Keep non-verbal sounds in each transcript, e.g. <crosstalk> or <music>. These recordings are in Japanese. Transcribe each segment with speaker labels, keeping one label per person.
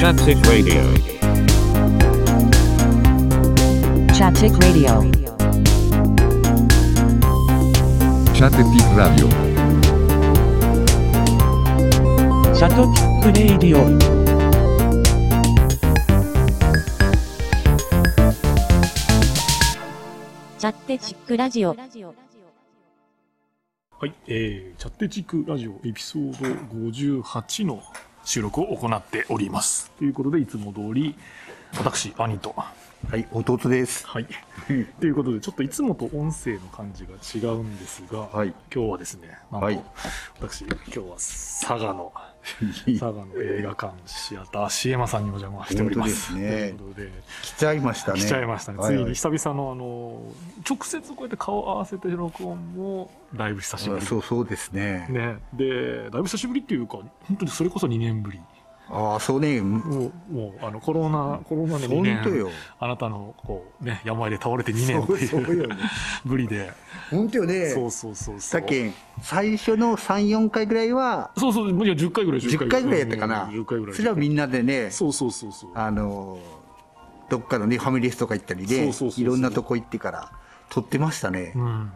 Speaker 1: Chaptic Radio.
Speaker 2: Chaptic Radio.
Speaker 3: Chatetic Radio.
Speaker 4: シャトプレイディオン。
Speaker 5: チャッテチックラジオ。
Speaker 6: はい、えー、チャッテチックラジオエピソード58の収録を行っております。ということで、いつも通り、私、兄と。
Speaker 7: はい、弟です。
Speaker 6: はい。 <laughs> ということで、ちょっといつもと音声の感じが違うんですが、
Speaker 7: はい
Speaker 6: 今日はですね、なんと、
Speaker 7: はい
Speaker 6: 私、今日は佐賀
Speaker 7: <laughs>
Speaker 6: の、佐賀の映画館、シアター、シエマさんにお邪魔しております。
Speaker 7: 本当ですね
Speaker 6: ということで、
Speaker 7: 来ちゃいましたね。
Speaker 6: 来ちゃいましたね。つ
Speaker 7: はいいは
Speaker 6: に
Speaker 7: い
Speaker 6: 久々の、あの、直接こうやって顔を合わせて録音も、だいぶ久しぶ
Speaker 7: あ
Speaker 6: り。
Speaker 7: そうそうですね。
Speaker 6: ね、でだいぶ久しぶりっていうか本当にそれこそ2年ぶり
Speaker 7: ああ、そうね。
Speaker 6: もうもうあのコロナコロナで2
Speaker 7: 本当
Speaker 6: 年
Speaker 7: よ。
Speaker 6: あなたのこう、ね、病で倒れて2年
Speaker 7: そうそ
Speaker 6: と
Speaker 7: う
Speaker 6: いう
Speaker 7: よね。
Speaker 6: <laughs> ぶりで、
Speaker 7: 本当よね。
Speaker 6: そうそうそうそ
Speaker 7: さ
Speaker 6: う
Speaker 7: っき最初の三四回ぐらいは
Speaker 6: そうそういや10回ぐらい
Speaker 7: 十回ぐらいやったかな。
Speaker 6: 10回ぐらい
Speaker 7: それはみんなでね、
Speaker 6: そうそうそうそう
Speaker 7: あのーどっかのねファミレスとか行ったり
Speaker 6: そう
Speaker 7: ね
Speaker 6: そうそう、そう
Speaker 7: いろんなとこ行ってから撮ってましたね
Speaker 6: う。ん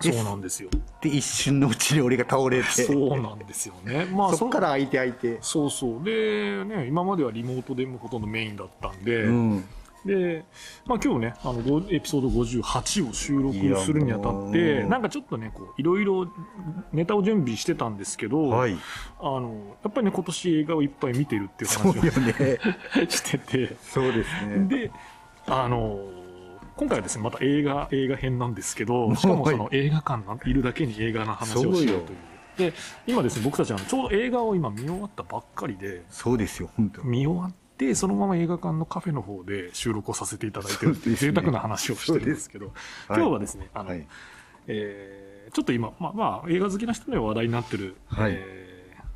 Speaker 6: そうなんですよ
Speaker 7: で一瞬のうちに俺が倒れて、そ
Speaker 6: そうなんですよねまあ
Speaker 7: っから空いて空いて。
Speaker 6: そうそうでね今まではリモートでもほとんどメインだったんで、
Speaker 7: うん。
Speaker 6: で、まあ、今日ねあのごエピソード58を収
Speaker 7: いや
Speaker 6: 録するにあたっ
Speaker 7: も
Speaker 6: て
Speaker 7: う
Speaker 6: なんかちょっとねこういろいろネタを準備してたんですけど、
Speaker 7: はい。
Speaker 6: あのやっぱりね今年映画をいっぱい見てるっていう
Speaker 7: そう
Speaker 6: 話を
Speaker 7: よね。
Speaker 6: <laughs> してて
Speaker 7: そうですね。
Speaker 6: であの今回はですねまた映画映画編なんですけど
Speaker 7: い
Speaker 6: しかもその映画館なんいるだけに映画の話をしようという
Speaker 7: そう。
Speaker 6: で今ですね僕たちあのちょうど映画を今見終わったばっかりで
Speaker 7: そうですよ。本当。
Speaker 6: 見終わってそのまま映画館のカフェの方で収録をさせていただいてるっていう
Speaker 7: そうですね
Speaker 6: 贅沢な話をしてるんですけど
Speaker 7: そうです
Speaker 6: 今日はですね、あの
Speaker 7: はい。
Speaker 6: えーちょっと今、まあまあ、映画好きな人には話題になってる、
Speaker 7: はい
Speaker 6: え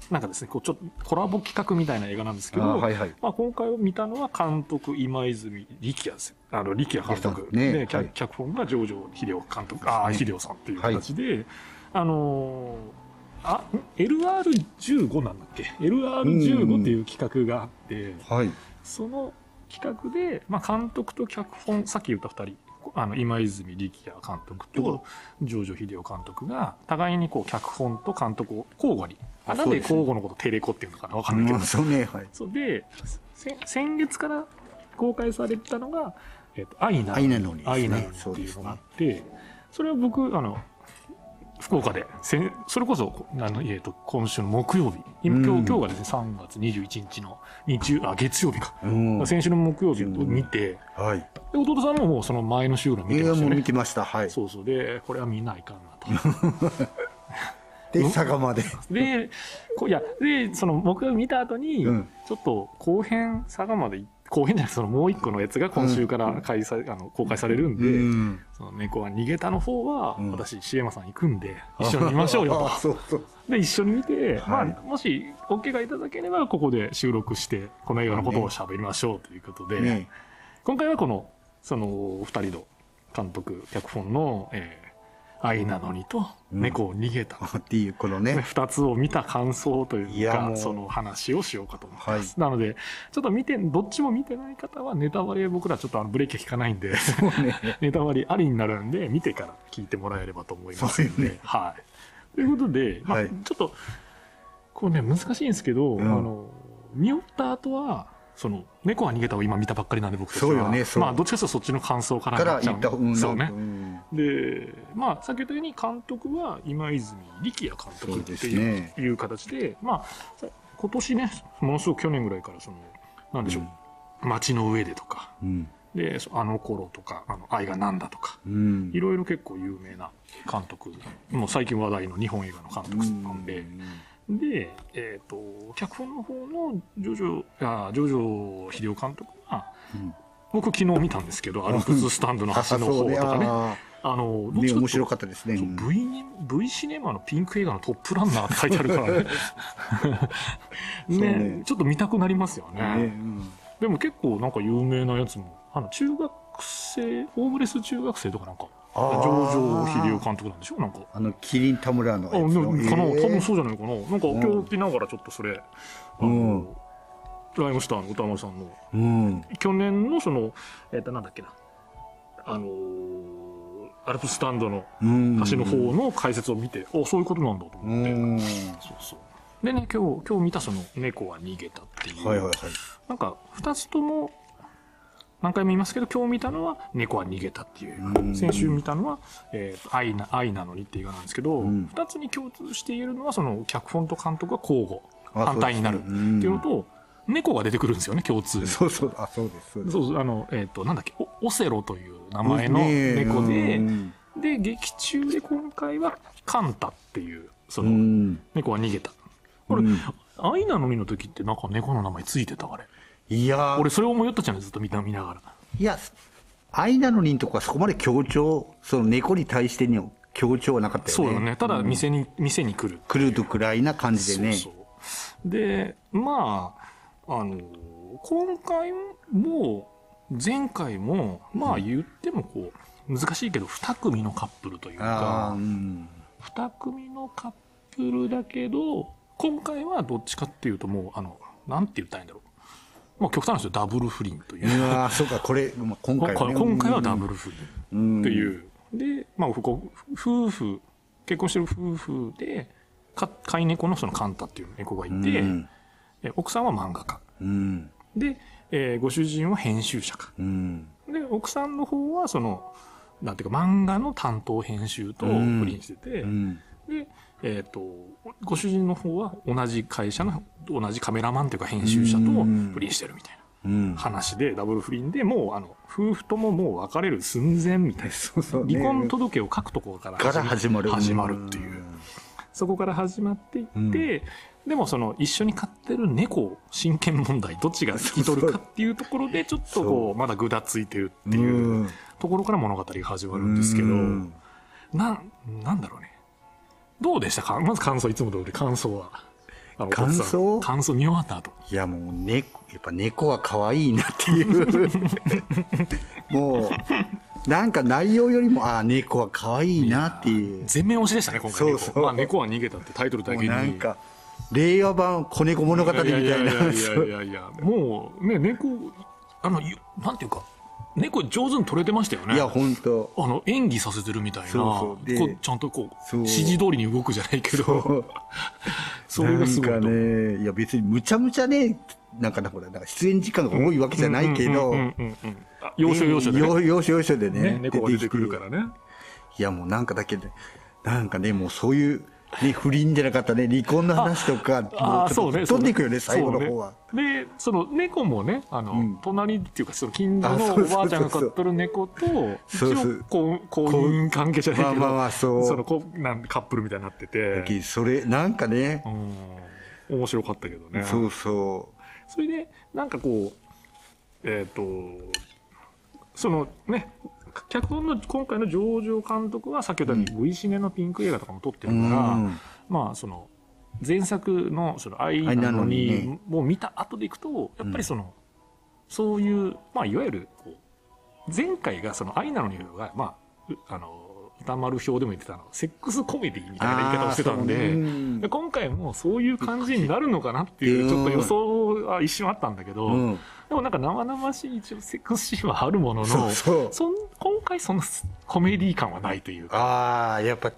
Speaker 6: ーなんかですねこうちょっとコラボ企画みたいな映画なんですけど
Speaker 7: あーはいはい。
Speaker 6: まあ、今回を見たのは監督今泉力也ですあの力也監督
Speaker 7: 力也さんね
Speaker 6: で、脚
Speaker 7: はい
Speaker 6: 脚本が上場秀夫監督ああ
Speaker 7: はい
Speaker 6: 秀夫さんという形で、あのーあん LR15 なんだっけ LR15 っていう企画があって、
Speaker 7: はい。
Speaker 6: その企画で、まあ、監督と脚本さっき言った2人あの今泉力也監督と城城秀夫監督が互いにこう脚本と監督を交互にあ
Speaker 7: あ
Speaker 6: なん
Speaker 7: そう
Speaker 6: で
Speaker 7: ですね
Speaker 6: 交互のことテレコっていうのかな分かんないけ
Speaker 7: う
Speaker 6: ど
Speaker 7: ん、そうね。はい。
Speaker 6: そうでせ先月から公開されてたのが「えっと愛なの
Speaker 7: 愛
Speaker 6: に」
Speaker 7: なのにですね
Speaker 6: 愛なのにっていうのがあってそ,、れは僕あの福岡でせそれこそあの、えっと今週の木曜日今今日,、
Speaker 7: うん
Speaker 6: 今日がですね3月21日の日曜あ月曜日か、
Speaker 7: うんは
Speaker 6: 先週の木曜日を見て、
Speaker 7: い。
Speaker 6: で弟さんももうその前の週ぐらい見
Speaker 7: 映
Speaker 6: てま
Speaker 7: 画
Speaker 6: した
Speaker 7: も
Speaker 6: よ
Speaker 7: 見
Speaker 6: ね
Speaker 7: てました。はい。
Speaker 6: そうそうでこれは見ないかんなと
Speaker 7: で、佐賀まで。 <laughs>
Speaker 6: で、こいや、で、その僕見た後に、
Speaker 7: うん
Speaker 6: ちょっと後編、佐賀までい、後編じゃない、そのもう一個のやつが今週から開催、あの公開されるんで、
Speaker 7: ん。
Speaker 6: その猫は逃げたの方は、
Speaker 7: うん
Speaker 6: 私、シエマさん行くんで、一緒に見ましょうよ
Speaker 7: あそうそう。
Speaker 6: と。で、一緒に見て、
Speaker 7: はい
Speaker 6: まあ、もし、お怪我いただければ、ここで収録して、この映画のことを喋りましょうということで、
Speaker 7: ね。
Speaker 6: 今回はこの、その、お二人の監督、脚本の、えー愛なのにと、
Speaker 7: うん
Speaker 6: 猫を逃げた
Speaker 7: っていう、この
Speaker 6: ね、
Speaker 7: ね。
Speaker 6: 2つを見た感想とい
Speaker 7: いうや
Speaker 6: か
Speaker 7: もう
Speaker 6: その話をしようかと思って
Speaker 7: はい
Speaker 6: ま。す、なのでちょっと見てどっちも見てない方はネタバレ僕らちょっとあのブレーキが効かないんで
Speaker 7: そうね。
Speaker 6: <laughs> ネタバレありになるんで見てから聞いてもらえればと思いますの
Speaker 7: そ
Speaker 6: で、
Speaker 7: うよね
Speaker 6: はい、ということで、まあ
Speaker 7: はい
Speaker 6: ちょっとこうね難しいんですけど、
Speaker 7: ん
Speaker 6: あの見終わった後はその猫は逃げたを今見たばっかりなんで僕たちは
Speaker 7: そうよねそう
Speaker 6: まあどっちかというとそっちの感想から
Speaker 7: か
Speaker 6: にな
Speaker 7: ら
Speaker 6: っちゃ
Speaker 7: 行った
Speaker 6: う
Speaker 7: 方
Speaker 6: んそうね、
Speaker 7: ん
Speaker 6: でまあ先ほど言ったように監督は今泉力也監督っていう
Speaker 7: そうですね
Speaker 6: いう形で、まあ、さ今年ねものすごく去年ぐらいからそのなんでしょう、街の上でとか
Speaker 7: うん。
Speaker 6: でそあの頃とかあの愛がなんだとか
Speaker 7: うん
Speaker 6: い。ろいろ結構有名な監督もう最近話題の日本映画の監督さんで、で、えー、と脚本の方のジョジョあジョジョ秀夫監督は、
Speaker 7: うん
Speaker 6: 僕昨日見たんですけどアルプススタンドの
Speaker 7: あ、
Speaker 6: 端
Speaker 7: そ
Speaker 6: の方
Speaker 7: う
Speaker 6: と
Speaker 7: ね。
Speaker 6: かね。
Speaker 7: あ
Speaker 6: あの
Speaker 7: あ。ね、面白
Speaker 6: か
Speaker 7: かったですね。
Speaker 6: そう
Speaker 7: うん
Speaker 6: v, に v シネマのピンク映画のトップランナーって書いてある
Speaker 7: <laughs>
Speaker 6: からね
Speaker 7: そう
Speaker 6: ね
Speaker 7: ね
Speaker 6: ちょっと見たくなりますよね
Speaker 7: ねうん
Speaker 6: でも結構なんか有名なやつもあの中学生ホームレス中学生とかなんか
Speaker 7: あー
Speaker 6: 上場秀夫監督なんでしょなんか
Speaker 7: あの、キリン田村の
Speaker 6: あで
Speaker 7: やつ
Speaker 6: も
Speaker 7: の。
Speaker 6: かな、
Speaker 7: ええ
Speaker 6: 多分そうじゃないかななんか
Speaker 7: ん
Speaker 6: 今日見ながらちょっとそれ、あの
Speaker 7: うん
Speaker 6: ライムスターの歌丸さんの
Speaker 7: うん。
Speaker 6: 去年のそのえっ、となんだっけなあのーアルプススタンドの
Speaker 7: うん。
Speaker 6: 橋の方の解説を見て、おそういうことなんだと
Speaker 7: う
Speaker 6: 思って、
Speaker 7: ん。は
Speaker 6: そうそうでね今日今日見たその「猫は逃げた」っていう、
Speaker 7: いはいはい。
Speaker 6: なんか2つとも何回も言いますけど今日見たのは「猫は逃げた」っていう、
Speaker 7: うん
Speaker 6: 先週見たのは、えー愛な「愛なのに」っていう映画なんですけど、二
Speaker 7: ん
Speaker 6: 2つに共通して言えるのはその脚本と監督が交互
Speaker 7: あ
Speaker 6: 反対になるっ
Speaker 7: そう
Speaker 6: て
Speaker 7: ですねうん
Speaker 6: いうのと、猫が出てくるんですよね共通に。
Speaker 7: そうそう、あ、そうです。そうです
Speaker 6: そうそうあのえっ、となんだっけおオセロという名前の猫で、
Speaker 7: うん
Speaker 6: で劇中で今回はカンタっていうそうの、
Speaker 7: ん。
Speaker 6: 猫は逃げたこれ、
Speaker 7: うん
Speaker 6: 愛なのにの時ってなんか猫の名前ついてたあれ
Speaker 7: いやー
Speaker 6: 俺それを迷ったじゃないずっと見た見ながら
Speaker 7: いや、愛なのにんとかそこまで強調、その猫に対しての強調はなかったよね。
Speaker 6: そうよねただ店に、店に来る
Speaker 7: 来るとくらいな感じでね。
Speaker 6: そうそうでまああの今回も前回もまあ言ってもこう難しいけど2組のカップルという
Speaker 7: あ
Speaker 6: か
Speaker 7: あ、うん。
Speaker 6: 2組のカップルだけど今回はどっちかっていうともうあのなんて言ったらいいんだろうまあ極端な話ですよダブル不倫という
Speaker 7: うわーそうか、これ、まあ、今回は、ね。
Speaker 6: 今回はダブル不倫
Speaker 7: ル
Speaker 6: っていう、で、まあ、ふこ夫婦結婚してる夫婦でか飼い猫のそのカンタっていう猫がいて、
Speaker 7: うん
Speaker 6: え奥さんは漫画家
Speaker 7: うん。
Speaker 6: で、えーご主人は編集者か
Speaker 7: うん。
Speaker 6: で奥さんの方はそのなんていうか漫画の担当編集と
Speaker 7: うん
Speaker 6: 不倫してて、
Speaker 7: うん。
Speaker 6: で、えー、とご主人の方は同じ会社の同じカメラマンというか編集者と不倫してるみたいな
Speaker 7: うん。
Speaker 6: 話でダブル不倫でもうあの夫婦とももう別れる寸前みたいな
Speaker 7: そうそうね
Speaker 6: 離婚届を書くところから
Speaker 7: から始まる。
Speaker 6: 始まるっていう、そこから始まっていって、
Speaker 7: うん
Speaker 6: でもその一緒に飼ってる猫を親権問題どっちが引き取るかっていうところでちょっと
Speaker 7: そ
Speaker 6: こうまだぐだついてるっ
Speaker 7: うん。
Speaker 6: ていううんところから物語が始まるんですけど、
Speaker 7: うん
Speaker 6: なんなんだろうねどうでしたかまず感想いつも通り感想はあの
Speaker 7: 感想
Speaker 6: お父さん感想見終わった後
Speaker 7: いやもう猫やっぱ猫は可愛いなっ
Speaker 6: <laughs>
Speaker 7: ていうもうなんか内容よりもああ猫は可愛いなっていう
Speaker 6: 全面推しでしたね今回
Speaker 7: そう
Speaker 6: 猫
Speaker 7: そう
Speaker 6: まあ、猫は逃げたってタイトルだ
Speaker 7: も
Speaker 6: け
Speaker 7: う
Speaker 6: に
Speaker 7: なんか令和版子猫物語みたい
Speaker 6: いやいやい
Speaker 7: な
Speaker 6: やいや
Speaker 7: そう
Speaker 6: いやいやもうね猫あのゆなんていうか猫上手に撮れてましたよね
Speaker 7: いや本当
Speaker 6: あの演技させてるみたいな
Speaker 7: そうそうで
Speaker 6: こうちゃんとこう
Speaker 7: そう
Speaker 6: 指示通りに動くじゃないけどそれ
Speaker 7: な
Speaker 6: がす
Speaker 7: ん
Speaker 6: ごいと
Speaker 7: か
Speaker 6: 思う
Speaker 7: ねいや別にむちゃむちゃねなんかなほらなんか出演時間が多いわけじゃないけど
Speaker 6: うんうんうんうんうんあ要所要所でね
Speaker 7: 要要所要所でね
Speaker 6: ね猫が出てくるかららね
Speaker 7: いやもうなんかだけでなんかねもうそういう、ね、不倫じゃなかったね離婚の話とかも
Speaker 6: あ
Speaker 7: う
Speaker 6: あ
Speaker 7: ちょ
Speaker 6: そ
Speaker 7: っ
Speaker 6: う
Speaker 7: と
Speaker 6: ね
Speaker 7: 飛んでいくよ
Speaker 6: そう
Speaker 7: ね最後の方は。
Speaker 6: そうねでその猫もねあの、
Speaker 7: うん
Speaker 6: 隣っていうかその近所
Speaker 7: あそ
Speaker 6: の
Speaker 7: うそ
Speaker 6: お
Speaker 7: うそうそう
Speaker 6: ばあちゃんが飼ってる猫と一
Speaker 7: そうそう
Speaker 6: 応こう公認関係じゃないけど、
Speaker 7: まあまあまあそう
Speaker 6: そのこうなんカップルみたいになってて
Speaker 7: だけどそれなんかね
Speaker 6: うん面白かったけどね
Speaker 7: そうそ
Speaker 6: それでなんかこうえっ、とそのね脚本の今回の上場監督は先ほど言ったように V シネのピンク映画とかも撮って
Speaker 7: う、う
Speaker 6: るから、
Speaker 7: ん、
Speaker 6: まあその前作の「その愛なの
Speaker 7: 愛なのに
Speaker 6: に
Speaker 7: ね」
Speaker 6: も見た後でいくとやっぱりその、そういう、まあ、いわゆるこう前回が「その愛なのに」がまあうあの歌丸表でも言ってたのセックスコメディみたいな言い方をしてたん
Speaker 7: あーそう
Speaker 6: で。
Speaker 7: うん
Speaker 6: で今回もそういう感じになるのかなっていうちょっと予想は一瞬あったんだけど、
Speaker 7: うん
Speaker 6: でもなんか生々しい一応セックスシーンはあるものの
Speaker 7: そうそう
Speaker 6: そん今回そのコメディ感はないというか、
Speaker 7: ああやっぱち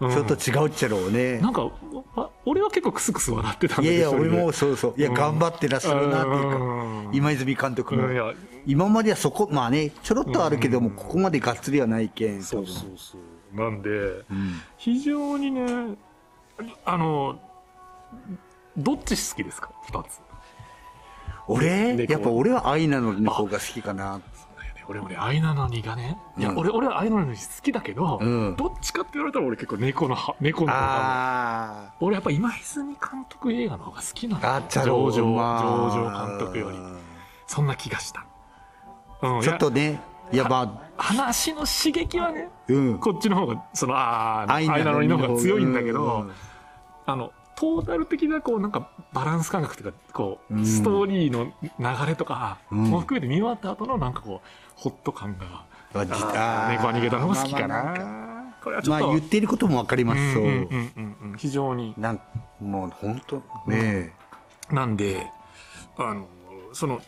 Speaker 6: うん
Speaker 7: ょっと違うっちゃろうね、
Speaker 6: なんかあ俺は結構クスクス笑ってたんだ
Speaker 7: いや
Speaker 6: けど
Speaker 7: いや
Speaker 6: 一人
Speaker 7: 俺
Speaker 6: で
Speaker 7: もそうそういや
Speaker 6: うん
Speaker 7: 頑張ってらっしゃるなっていうか、
Speaker 6: うん
Speaker 7: 今泉監督の、
Speaker 6: うんいや
Speaker 7: 今まではそこまあねちょろっとあるけども、
Speaker 6: うん
Speaker 7: ここまでがっつりはないけん
Speaker 6: そう
Speaker 7: 多
Speaker 6: そ
Speaker 7: 分
Speaker 6: うそうなんで
Speaker 7: うん
Speaker 6: 非常にねあのどっち好きですか2つ
Speaker 7: 俺
Speaker 6: 猫
Speaker 7: やっぱ俺は愛なのにの方が好きかな
Speaker 6: 俺俺愛なのにがねいや、
Speaker 7: うん
Speaker 6: 俺俺は愛なのに好きだけど、
Speaker 7: うん
Speaker 6: どっちかって言われたら俺結構猫のは猫の方が
Speaker 7: あ
Speaker 6: 俺やっぱ今泉監督映画の方が好きな
Speaker 7: ーあ
Speaker 6: の
Speaker 7: っちゃろ
Speaker 6: 上
Speaker 7: う
Speaker 6: 場、
Speaker 7: まあ
Speaker 6: 上場監督よりそんな気がした、うん、
Speaker 7: ちょっとねいやま
Speaker 6: いや
Speaker 7: あ
Speaker 6: 話の刺激はね
Speaker 7: うん
Speaker 6: こっちの方がそのああ愛なのにの方が強いんだけど、
Speaker 7: うん
Speaker 6: あのトータル的なこうなんかバランス感覚というかこう、
Speaker 7: うん
Speaker 6: ストーリーの流れとか
Speaker 7: うん
Speaker 6: も含めて見終わった後のなんかこうホッと感が、
Speaker 7: まあ
Speaker 6: あ
Speaker 7: じ
Speaker 6: ー
Speaker 7: あー
Speaker 6: 猫は逃げたのが好きかな,、
Speaker 7: まあまあんか
Speaker 6: これはちょ
Speaker 7: ま
Speaker 6: っ
Speaker 7: あ
Speaker 6: と、
Speaker 7: 言ってることもわかりま
Speaker 6: う
Speaker 7: す
Speaker 6: ん
Speaker 7: そううん
Speaker 6: うんうんうん非常に
Speaker 7: なんもう本当ね
Speaker 6: なんであのその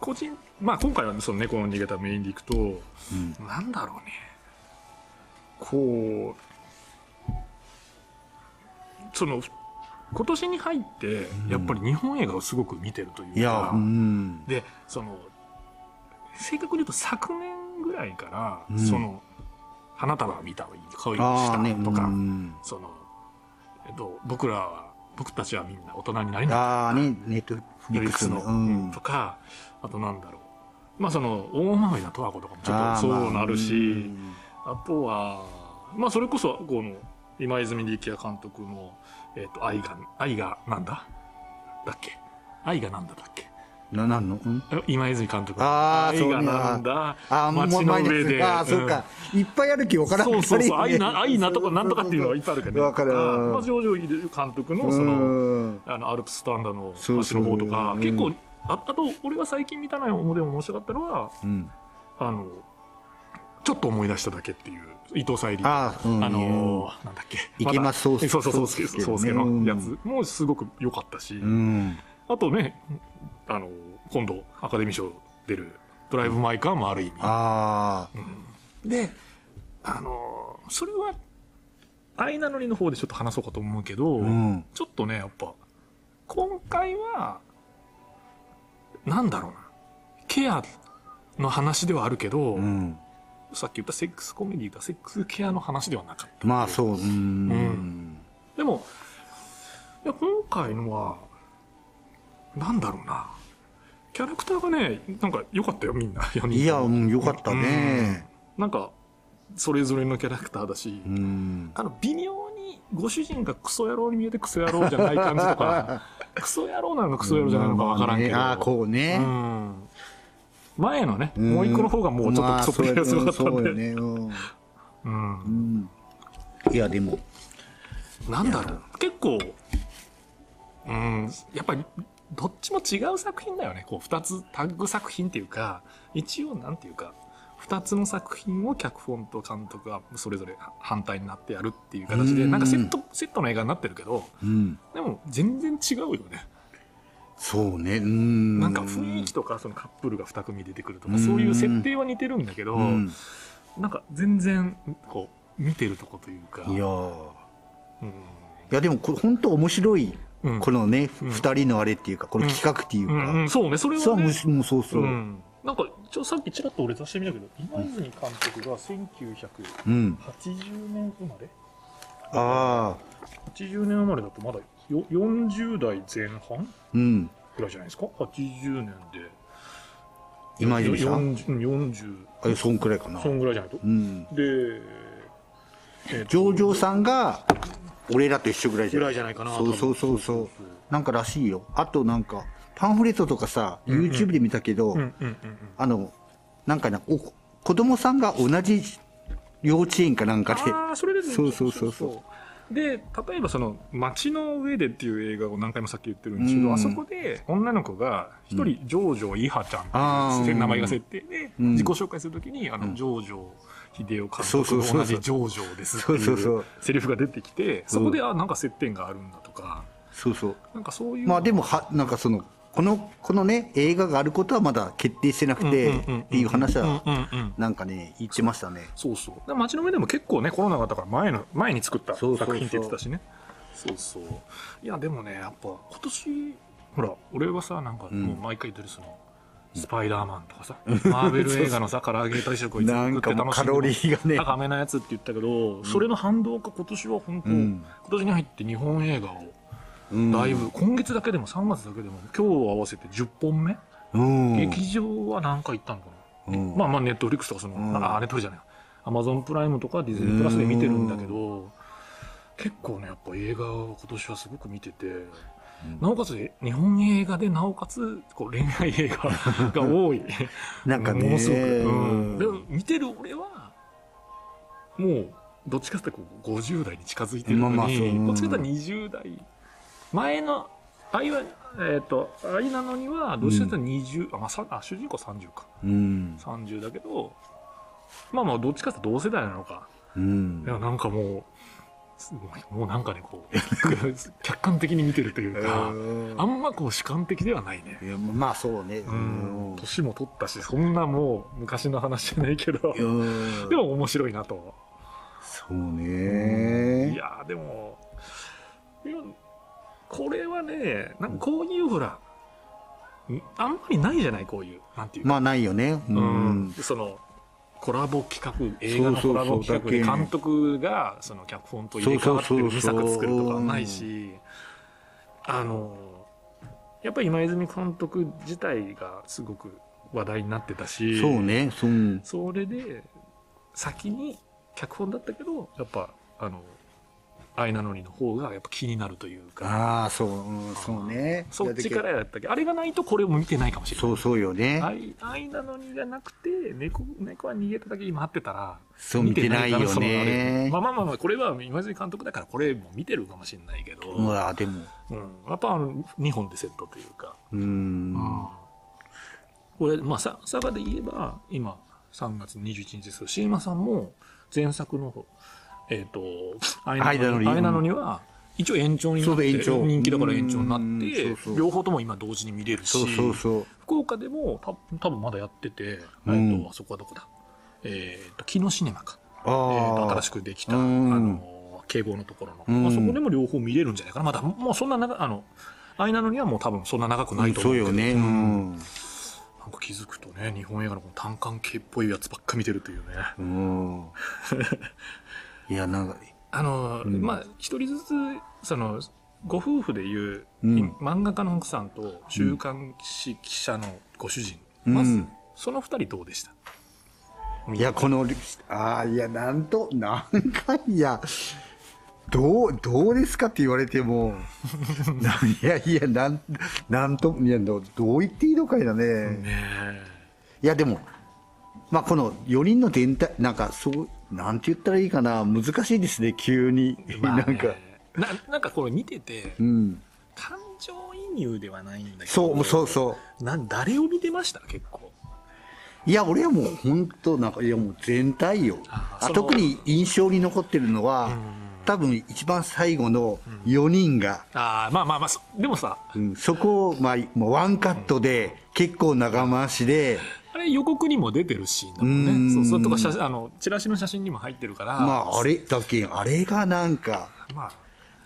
Speaker 6: 個人まあ今回はその猫の逃げたメインでいくと、なんだろうねこうその今年に入ってやっぱり日本映画をすごく見てるというか、
Speaker 7: いや、うん。
Speaker 6: でその正確に言うと昨年ぐらいから、
Speaker 7: うん
Speaker 6: その花束を見た恋をし
Speaker 7: ああ
Speaker 6: た
Speaker 7: ね、
Speaker 6: とか、
Speaker 7: うん
Speaker 6: そのえっと僕らは僕たちはみんな大人になりな
Speaker 7: ああね、ネットフ
Speaker 6: リ
Speaker 7: リッ
Speaker 6: リ
Speaker 7: ク
Speaker 6: ク
Speaker 7: ス
Speaker 6: ス
Speaker 7: の。
Speaker 6: の、
Speaker 7: うん
Speaker 6: と。かあとなんだろうまあその大豆な十和子とかもちょっ
Speaker 7: あ
Speaker 6: と
Speaker 7: ー
Speaker 6: そうなるし
Speaker 7: ま
Speaker 6: あ,、とはまあそれこそこの今泉力也監督の「えっと愛が愛がなんだ?」だっけ愛がなんだだっけ
Speaker 7: あな、なんのうん
Speaker 6: え今泉監督の
Speaker 7: あー
Speaker 6: 愛
Speaker 7: そうね
Speaker 6: がなんだ
Speaker 7: ああ、もう
Speaker 6: 街の
Speaker 7: 前
Speaker 6: 上
Speaker 7: で。
Speaker 6: です
Speaker 7: ああ、そうか。いっぱいあるけど分からん
Speaker 6: そう
Speaker 7: <laughs>
Speaker 6: そうそう、愛な、愛なと
Speaker 7: か
Speaker 6: か、なんとかっていうのはいっぱいあるけど、
Speaker 7: わかる
Speaker 6: まあ、ジョジョイ監督の、その、
Speaker 7: の、
Speaker 6: あの、アルプススタンダーの
Speaker 7: そう
Speaker 6: 街
Speaker 7: そう
Speaker 6: の方とか、
Speaker 7: うん
Speaker 6: 結構、ああと、俺が最近見たのでも面白かったのは、
Speaker 7: うん。
Speaker 6: あの、ちょっと思い出しただけっていう、伊藤沙莉。
Speaker 7: ああ、うん
Speaker 6: あのーなんだっけ。
Speaker 7: 池松
Speaker 6: また
Speaker 7: 壮亮
Speaker 6: そうそうそう、
Speaker 7: 壮亮
Speaker 6: そうすけ
Speaker 7: うん
Speaker 6: のやつもすごく良かったし、
Speaker 7: うん。
Speaker 6: あとね、あの、今度、アカデミー賞出る、ドライブ・マイ・カーもある意味、
Speaker 7: ああ、
Speaker 6: で、あのーそれは、アイナノリの方でちょっと話そうかと思うけど、
Speaker 7: うん。
Speaker 6: ちょっとね、やっぱ、今回は、なんだろうな、ケアの話ではあるけど、
Speaker 7: うん。
Speaker 6: さっき言ったセックスコメディーだ、セックスケアの話ではなかった。
Speaker 7: まあ、そう。う
Speaker 6: うんん。でも、いや今回のは、なんだろうな、キャラクターがね、なんか良かったよ、みんな、4人とも。 <laughs>
Speaker 7: いや、うん、よかったね。
Speaker 6: なんか、それぞれのキャラクターだし、
Speaker 7: うん。
Speaker 6: あの、微妙にご主人がクソ野郎に見えてクソ野郎じゃない感じと
Speaker 7: <laughs>
Speaker 6: か、クソ野郎なのかクソ野郎じゃないのかわからんけど。
Speaker 7: まあまあねああ、こう
Speaker 6: う
Speaker 7: ね。
Speaker 6: ん。前のね、
Speaker 7: うん
Speaker 6: もう一個の方がもうちょっとクソっぽいやつがあった
Speaker 7: まあそ
Speaker 6: ん
Speaker 7: う
Speaker 6: で。
Speaker 7: よね。うん
Speaker 6: う。
Speaker 7: うんん。いや、でも、
Speaker 6: なんだろう。結構、うん、やっぱり、どっちも違う作品だよね。こう、二つタッグ作品っていうか、一応なんていうか、二つの作品を脚本と監督がそれぞれ反対になってやるっていう形で、
Speaker 7: うん
Speaker 6: なんかセット、セットの映画になってるけど、
Speaker 7: うん。
Speaker 6: でも全然違うよね。
Speaker 7: そうね。うん。
Speaker 6: なんか雰囲気とかそのカップルが2組出てくるとかそういう設定は似てるんだけど、
Speaker 7: うん。
Speaker 6: なんか全然こう見てるとこというか
Speaker 7: いやー
Speaker 6: うん
Speaker 7: いやでもこれ本当面白い、
Speaker 6: うん
Speaker 7: このね、
Speaker 6: うん
Speaker 7: 二人のあれっていうかこの企画っていう
Speaker 6: う
Speaker 7: か、
Speaker 6: んうんそうねそれ
Speaker 7: そ
Speaker 6: は
Speaker 7: うも
Speaker 6: ね
Speaker 7: しもうそうそうう、うん
Speaker 6: ん、なんかちょさっきちらっと俺出してみたけど今泉監督が1980年生まれ
Speaker 7: ああ
Speaker 6: 80年生まれだとまだよ40代前半
Speaker 7: うん
Speaker 6: ぐらいじゃないですか80年で
Speaker 7: 今泉さん
Speaker 6: 40 40
Speaker 7: あそんくらいかな
Speaker 6: そんぐらいじゃないと
Speaker 7: うん
Speaker 6: で、えーと
Speaker 7: 上場さんが俺らと一緒ぐらいじゃ
Speaker 6: ぐ
Speaker 7: な
Speaker 6: ら
Speaker 7: い
Speaker 6: いじゃないかな
Speaker 7: そうそうそうそうなんからしいよあとなんかパンフレットとかさ YouTube で見たけど、
Speaker 6: うんうんうん
Speaker 7: あのなんかなお子供さんが同じ幼稚園かなんかで
Speaker 6: ああそれですね
Speaker 7: そうそうそうそう
Speaker 6: うで例えばその「街の上で」っていう映画を何回もさっき言ってるんですけど、
Speaker 7: うん
Speaker 6: あそこで女の子が一人、ジョージョイハちゃん
Speaker 7: あー
Speaker 6: っていう名前が設定で、
Speaker 7: うん
Speaker 6: 自己紹介するときにあの、
Speaker 7: うん
Speaker 6: ジョージョ秀夫監
Speaker 7: そう
Speaker 6: 督
Speaker 7: そう
Speaker 6: が
Speaker 7: そうそう
Speaker 6: 同じジョージョですって
Speaker 7: そうそうそ
Speaker 6: いう
Speaker 7: う
Speaker 6: セリフが出てきてそこであなんか接点があるんだとか
Speaker 7: そうそう
Speaker 6: なんかそういう
Speaker 7: まあでもはなんかそのこのこのね映画があることはまだ決定してなくて
Speaker 6: うんうんうんうん
Speaker 7: っていう話は
Speaker 6: うんうんうん
Speaker 7: なんかね言ってましたね。
Speaker 6: そうそうで街の上でも結構ねコロナがあったから前の前に作った
Speaker 7: そう
Speaker 6: 作
Speaker 7: そうそ
Speaker 6: 品
Speaker 7: う
Speaker 6: って言ってたしねそうそういやでもねやっぱ今年ほら俺はさなんか
Speaker 7: うん
Speaker 6: もう毎回言ってるその、スパイダーマンとかさ、
Speaker 7: <laughs>
Speaker 6: マーベル映画のさ、唐揚げ大食をいつも
Speaker 7: なん
Speaker 6: 食って
Speaker 7: かもう
Speaker 6: 楽し
Speaker 7: カ
Speaker 6: んで
Speaker 7: ロリ
Speaker 6: も
Speaker 7: ーがね。
Speaker 6: 高めなやつって言ったけど、それの反動か今年は本当、
Speaker 7: うん
Speaker 6: 今年に入って日本映画を
Speaker 7: うん
Speaker 6: だいぶ、今月だけでも3月だけでも今日合わせて10本目、
Speaker 7: うん
Speaker 6: 劇場は何回行ったのかな
Speaker 7: うん
Speaker 6: まあまあネットフリックスとかその、
Speaker 7: うん
Speaker 6: あネットフリじゃないアマゾンプライムとかディズニープラスで見てるんだけど結構ねやっぱ映画を今年はすごく見てて、なおかつえ日本映画でなおかつこう恋愛映画 <laughs> が多い
Speaker 7: なんかね。
Speaker 6: ものすごく、うん、で
Speaker 7: う
Speaker 6: も見てる俺はもうどっちかっていうとこう50代に近づいてるのに、
Speaker 7: まあまあそううん
Speaker 6: どっちかっていうと20代前の愛はえっ、と愛なのにはどっちかっていうと20、あまあさあ主人公30か
Speaker 7: ん
Speaker 6: 30だけどまあまあどっちかって同世代なのか
Speaker 7: うん
Speaker 6: いやなんかもうもうなんかね、こう、客観的に見てるというか、あんまこう主観的ではないね。
Speaker 7: いやまあそうね。
Speaker 6: うん
Speaker 7: うん
Speaker 6: 年も取ったし、そんなもう昔の話じゃないけど、
Speaker 7: うん
Speaker 6: でも面白いなと。
Speaker 7: そう
Speaker 6: い
Speaker 7: ね。
Speaker 6: やーでも、いやこれはね、なんかこういうほら、んあんまりないじゃない、こういう、なんていうか。
Speaker 7: まあないよね。う
Speaker 6: うん
Speaker 7: ん。
Speaker 6: そのコラボ企画映画の
Speaker 7: そうそうそう
Speaker 6: コラボ企画で
Speaker 7: だけね
Speaker 6: 監督がその脚本と入れ替わって
Speaker 7: そうそうそ
Speaker 6: 2
Speaker 7: うそう
Speaker 6: 作作るとかはないしあのやっぱり今泉監督自体がすごく話題になってたし
Speaker 7: そうね。そう。
Speaker 6: それで先に脚本だったけどやっぱあの「愛なのに」の方がやっぱ気になるというか
Speaker 7: ああ、そううん。そうね。
Speaker 6: そっち
Speaker 7: い
Speaker 6: か
Speaker 7: やだけ
Speaker 6: らやったっけあれがないとこれも見てないかもしれ
Speaker 7: ど
Speaker 6: ない。
Speaker 7: そうそうよね。
Speaker 6: 愛愛なのにがなくて猫猫は逃げただけ今会ってたら
Speaker 7: そう見てないよ
Speaker 6: 見てないからそのあれ
Speaker 7: ね
Speaker 6: ま。あまあまあまあこれは今泉監督だからこれも見てるかもしれないけど、
Speaker 7: うわでも。
Speaker 6: うんやっぱあの2本でセットというか、
Speaker 7: うん。
Speaker 6: これまあさ佐賀で言えば今3月21日ですけど椎間さんも前作のえっ、と「愛なのに」
Speaker 7: 愛
Speaker 6: 愛な
Speaker 7: なの
Speaker 6: の
Speaker 7: に
Speaker 6: には一応延長にな
Speaker 7: そ
Speaker 6: っ
Speaker 7: うだ
Speaker 6: て
Speaker 7: 延長
Speaker 6: 人気だから延長にな
Speaker 7: うん
Speaker 6: って
Speaker 7: そうそう
Speaker 6: 両方とも今同時に見れるし
Speaker 7: そうそうそう。
Speaker 6: 福岡でもた多分まだやってて、えっと
Speaker 7: うん
Speaker 6: あそこはどこだえっ、と木のシネマか、えーと
Speaker 7: あ
Speaker 6: 新
Speaker 7: あ
Speaker 6: し。くできた、
Speaker 7: うん
Speaker 6: あの敬語のところの、
Speaker 7: うん
Speaker 6: まあ、そこでも両方見れるんじゃないかなまだもうそんな長あの愛なのにはもう多分そんな長くないと
Speaker 7: そ
Speaker 6: 思う
Speaker 7: う
Speaker 6: けど、
Speaker 7: よね。う
Speaker 6: なん
Speaker 7: ん。
Speaker 6: か気づくとね日本映画のこの単管系っぽいやつばっか見てるというね
Speaker 7: うん。いや、なんか、
Speaker 6: あの、
Speaker 7: うん
Speaker 6: まあ一人ずつそのご夫婦でいう、
Speaker 7: うん
Speaker 6: 漫画家の奥さんと週刊誌記者のご主人、
Speaker 7: うん
Speaker 6: まずその二人どうでした
Speaker 7: いや、この、ああ、いや、なんと、何回、いや、どう、どうですかって言われて
Speaker 6: <laughs>
Speaker 7: も、ないやいや、なん、なんと、いや、どうどう言っていいのかいなね。
Speaker 6: ねえ
Speaker 7: いや、でも、まあ、この4人の全体、なんか、そう、なんて言ったらいいかな、難しいですね、急に。
Speaker 6: まあね
Speaker 7: なんか、
Speaker 6: ななんかこれ見てて
Speaker 7: うん。
Speaker 6: 感情移入ではないんだけど
Speaker 7: そう、そうそう。
Speaker 6: なん誰を見てました結構
Speaker 7: いや、俺はもう本当、なんか、いや、もう全体よ。
Speaker 6: あ
Speaker 7: あ
Speaker 6: その
Speaker 7: 特に印象に残ってるのは、
Speaker 6: ん
Speaker 7: 多分一番最後の4人が、
Speaker 6: ああまあまあまあそでもさ
Speaker 7: うんそこを、まあ、もうワンカットで、結構長回しで、
Speaker 6: あれ予告にも出てるシーンだも
Speaker 7: うんん
Speaker 6: ねそうそれとか写真あのチラシの写真にも入ってるから
Speaker 7: まあ、あれだけ、あれがなんか、
Speaker 6: まあ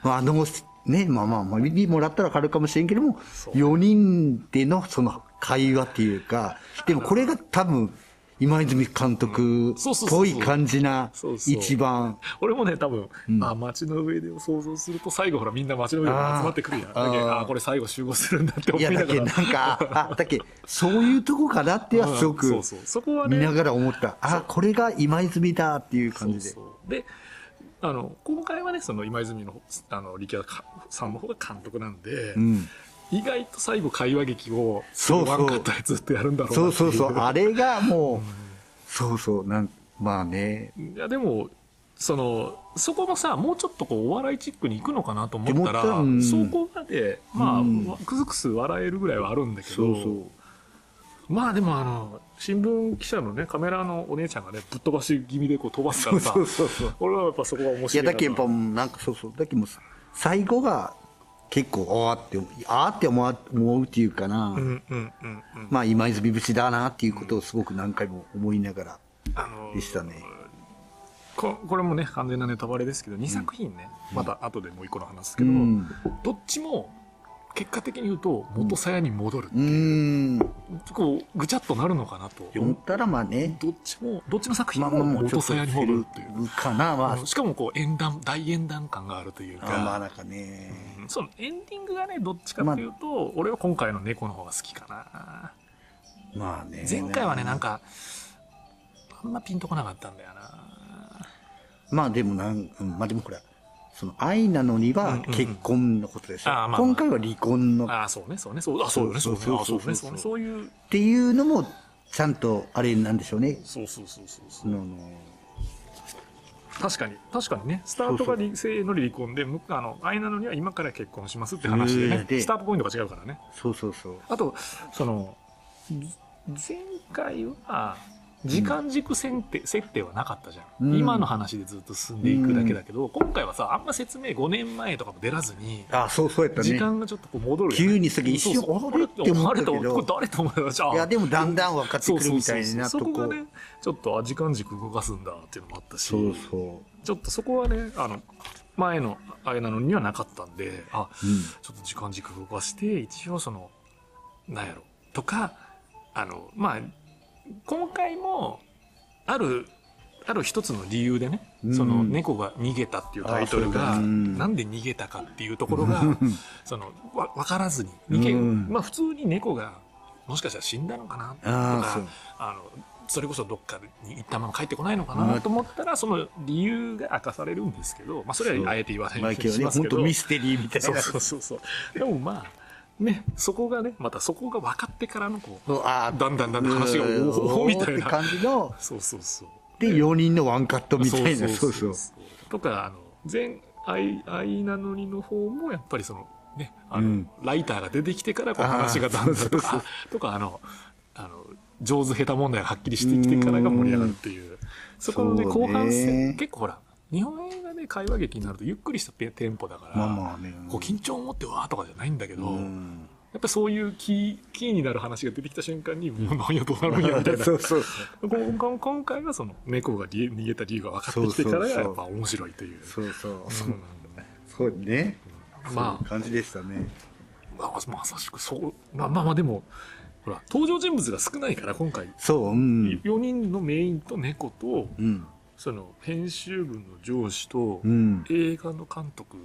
Speaker 7: まあ、あの、ね、まあまあ、まあ、見てもらったらわかるかもしれんけども、
Speaker 6: そう
Speaker 7: 4人でのその会話っていうか、でもこれが多分、今泉監督っ
Speaker 6: そうそうそう
Speaker 7: ぽい感じな
Speaker 6: そう、そう
Speaker 7: 一番、
Speaker 6: 俺もね多分、まあ街の上でを想像すると最後ほらみんな街の上で集まってくるやん
Speaker 7: あー
Speaker 6: だけど
Speaker 7: あー
Speaker 6: ああーこれ最後集合するんだって思
Speaker 7: い
Speaker 6: い
Speaker 7: や、
Speaker 6: な
Speaker 7: だ
Speaker 6: が
Speaker 7: け
Speaker 6: ら
Speaker 7: なんか、あ、だけそういうとこかなってはすご
Speaker 6: う
Speaker 7: く
Speaker 6: んそうそうそこは
Speaker 7: 見
Speaker 6: ね
Speaker 7: ながら思った。あ、これが今泉だっていう
Speaker 6: そう
Speaker 7: 感じで。
Speaker 6: そうであの今回はねその今泉のあの力也さんの方が監督なんで、
Speaker 7: うん。
Speaker 6: 意外と最後会話劇を
Speaker 7: そうそう
Speaker 6: ワンカットでずっとやるんだろう
Speaker 7: そ
Speaker 6: なっ
Speaker 7: う
Speaker 6: てい
Speaker 7: そうそう、あれがもう、そうそう、なん、まあね。
Speaker 6: いやでもそのそこもさもうちょっとこうお笑いチックに行くのかなと思ったら
Speaker 7: 思ったうん
Speaker 6: そこまでまあ、
Speaker 7: うん
Speaker 6: くずくす笑えるぐらいはあるんだけど
Speaker 7: そうそう。
Speaker 6: まあでもあの新聞記者のねカメラのお姉ちゃんがねぶっ飛ばし気味でこう飛ばすからさ
Speaker 7: そうそうそう。
Speaker 6: 俺はやっぱそこが面
Speaker 7: いや
Speaker 6: 白いな
Speaker 7: だけやっぱもうなんかそうそうだけもう最後が結構ああってああって思わ思うっていうかな、
Speaker 6: うんうんうんうん
Speaker 7: まあ今泉節だなっていうことをすごく何回も思いながら
Speaker 6: あの
Speaker 7: でしたね
Speaker 6: ここれもね完全なネタバレですけど2作品ね、また後でもう一個の話ですけど、
Speaker 7: うん
Speaker 6: どっちも結果的に言うと元さやに戻る、
Speaker 7: うん
Speaker 6: こうぐちゃっとなるのかなと、
Speaker 7: 読んだらまあね
Speaker 6: どっちもどっちの作
Speaker 7: ま
Speaker 6: 品
Speaker 7: あまあも
Speaker 6: も
Speaker 7: うちょ
Speaker 6: 元
Speaker 7: っと
Speaker 6: さやに戻るっていう、
Speaker 7: かなま
Speaker 6: あ
Speaker 7: あ
Speaker 6: のしかもこう演談大演談感があるというか、
Speaker 7: あまあなんかね
Speaker 6: うんそのエンディングがねどっちかというと、俺は今回の猫の方が好きかな
Speaker 7: まあね
Speaker 6: 前回はねなんかあんまピンとこなかったんだよな
Speaker 7: まあでもなん、うん、まあでもこれはその愛なのには結婚のことでしょ、
Speaker 6: うんうんうんあーまあまあ
Speaker 7: 今回は離婚のっ
Speaker 6: ああそうねそうねそうあそうよねそうね
Speaker 7: そう
Speaker 6: あ
Speaker 7: そ
Speaker 6: そうう
Speaker 7: そう
Speaker 6: ね
Speaker 7: そ
Speaker 6: そううねそういう
Speaker 7: ていうのもちゃんとあれなんでしょうね
Speaker 6: そうそうそうそうそう
Speaker 7: あの
Speaker 6: 確かに確かにねスタートがりせーの離婚でむあの愛なのには今から結婚しますって話で
Speaker 7: うん
Speaker 6: ね
Speaker 7: で
Speaker 6: スタートポイントが違うからね
Speaker 7: そうそうそう
Speaker 6: あとそのず前回は時間軸設定設定はなかったじゃん、
Speaker 7: うん
Speaker 6: 今の話でずっと進んでいくだけだけど、今回はさあんま説明5年前とかも出らずに
Speaker 7: あそうそうやったね
Speaker 6: 時間がちょっとこう戻る
Speaker 7: 急にすぎ一瞬
Speaker 6: そうそう
Speaker 7: あれって思ったけど
Speaker 6: あれとこれ誰と思いました
Speaker 7: いやでもだんだん分かって
Speaker 6: そう
Speaker 7: くる
Speaker 6: そう
Speaker 7: み
Speaker 6: そう
Speaker 7: たいに
Speaker 6: そ
Speaker 7: な
Speaker 6: う
Speaker 7: と
Speaker 6: そ
Speaker 7: こ
Speaker 6: こがねちょっとあ時間軸動かすんだっていうのもあったし
Speaker 7: そうそ
Speaker 6: ちょっとそこはねあの前のあれなのにはなかったんであ
Speaker 7: う、うん、
Speaker 6: ちょっと時間軸動かして一応そのなんやろとかあのまあ今回もあるある一つの理由でね、
Speaker 7: うん
Speaker 6: その猫が逃げたっていうタイトル
Speaker 7: あ
Speaker 6: が、
Speaker 7: そうだうん
Speaker 6: なんで逃げたかっていうところが、 <laughs> そのわ分からずに逃げ、
Speaker 7: うん
Speaker 6: まあ普通に猫がもしかしたら死んだのかなと
Speaker 7: ああ
Speaker 6: か
Speaker 7: そう
Speaker 6: あのそれこそどっかに行ったまま帰ってこないのかなと思ったらその理由が明かされるんですけど、まあ、それはあえて言わないよう
Speaker 7: マ
Speaker 6: に
Speaker 7: イケ
Speaker 6: し
Speaker 7: ルはね
Speaker 6: ます
Speaker 7: 本
Speaker 6: けど、
Speaker 7: 当ミステリーみたい
Speaker 6: そう
Speaker 7: な
Speaker 6: そうそうそう。でもまあ、ね、そこがね、またそこが分かってからのこう、
Speaker 7: そうあー
Speaker 6: だんだんだんだん話が、お
Speaker 7: うん
Speaker 6: ーおーみたい
Speaker 7: って
Speaker 6: な。
Speaker 7: 感じの
Speaker 6: そうそうそう。
Speaker 7: で4人のワンカットみたいなそうそう
Speaker 6: とか、あの、前、アイ、アイなのにの方も、やっぱりその、ね、あの、
Speaker 7: うん
Speaker 6: ライターが出てきてから、こう話がだんだんと
Speaker 7: あーそうそう
Speaker 6: か、とか、あの、あの、上手下手問題がはっきりしてきてからが盛り上がるっていう。そこのね、
Speaker 7: そう
Speaker 6: 後
Speaker 7: ね
Speaker 6: 半戦、結構ほら、日本映画で会話劇になるとゆっくりしたペテンポだから、
Speaker 7: まあまあね
Speaker 6: こう緊張を持ってわーとかじゃないんだけど、 <laughs>
Speaker 7: うん
Speaker 6: やっぱりそういうキーキーになる話が出てきた瞬間に、もう何やどうなるんやみたいな。
Speaker 7: <laughs> そうそう
Speaker 6: こんこん今回はその猫が理逃げた理由が分かってきてからがやっぱ面白いという。
Speaker 7: そうそう
Speaker 6: うん
Speaker 7: そうね
Speaker 6: ま
Speaker 7: そういう感じでしたね
Speaker 6: あ、まあまさしくそう、まあまあまあでも、ほら、登場人物が少ないから今回、
Speaker 7: そううん
Speaker 6: 4人のメインと猫と、
Speaker 7: うん
Speaker 6: その編集部の上司と、
Speaker 7: うん
Speaker 6: 映画の監督、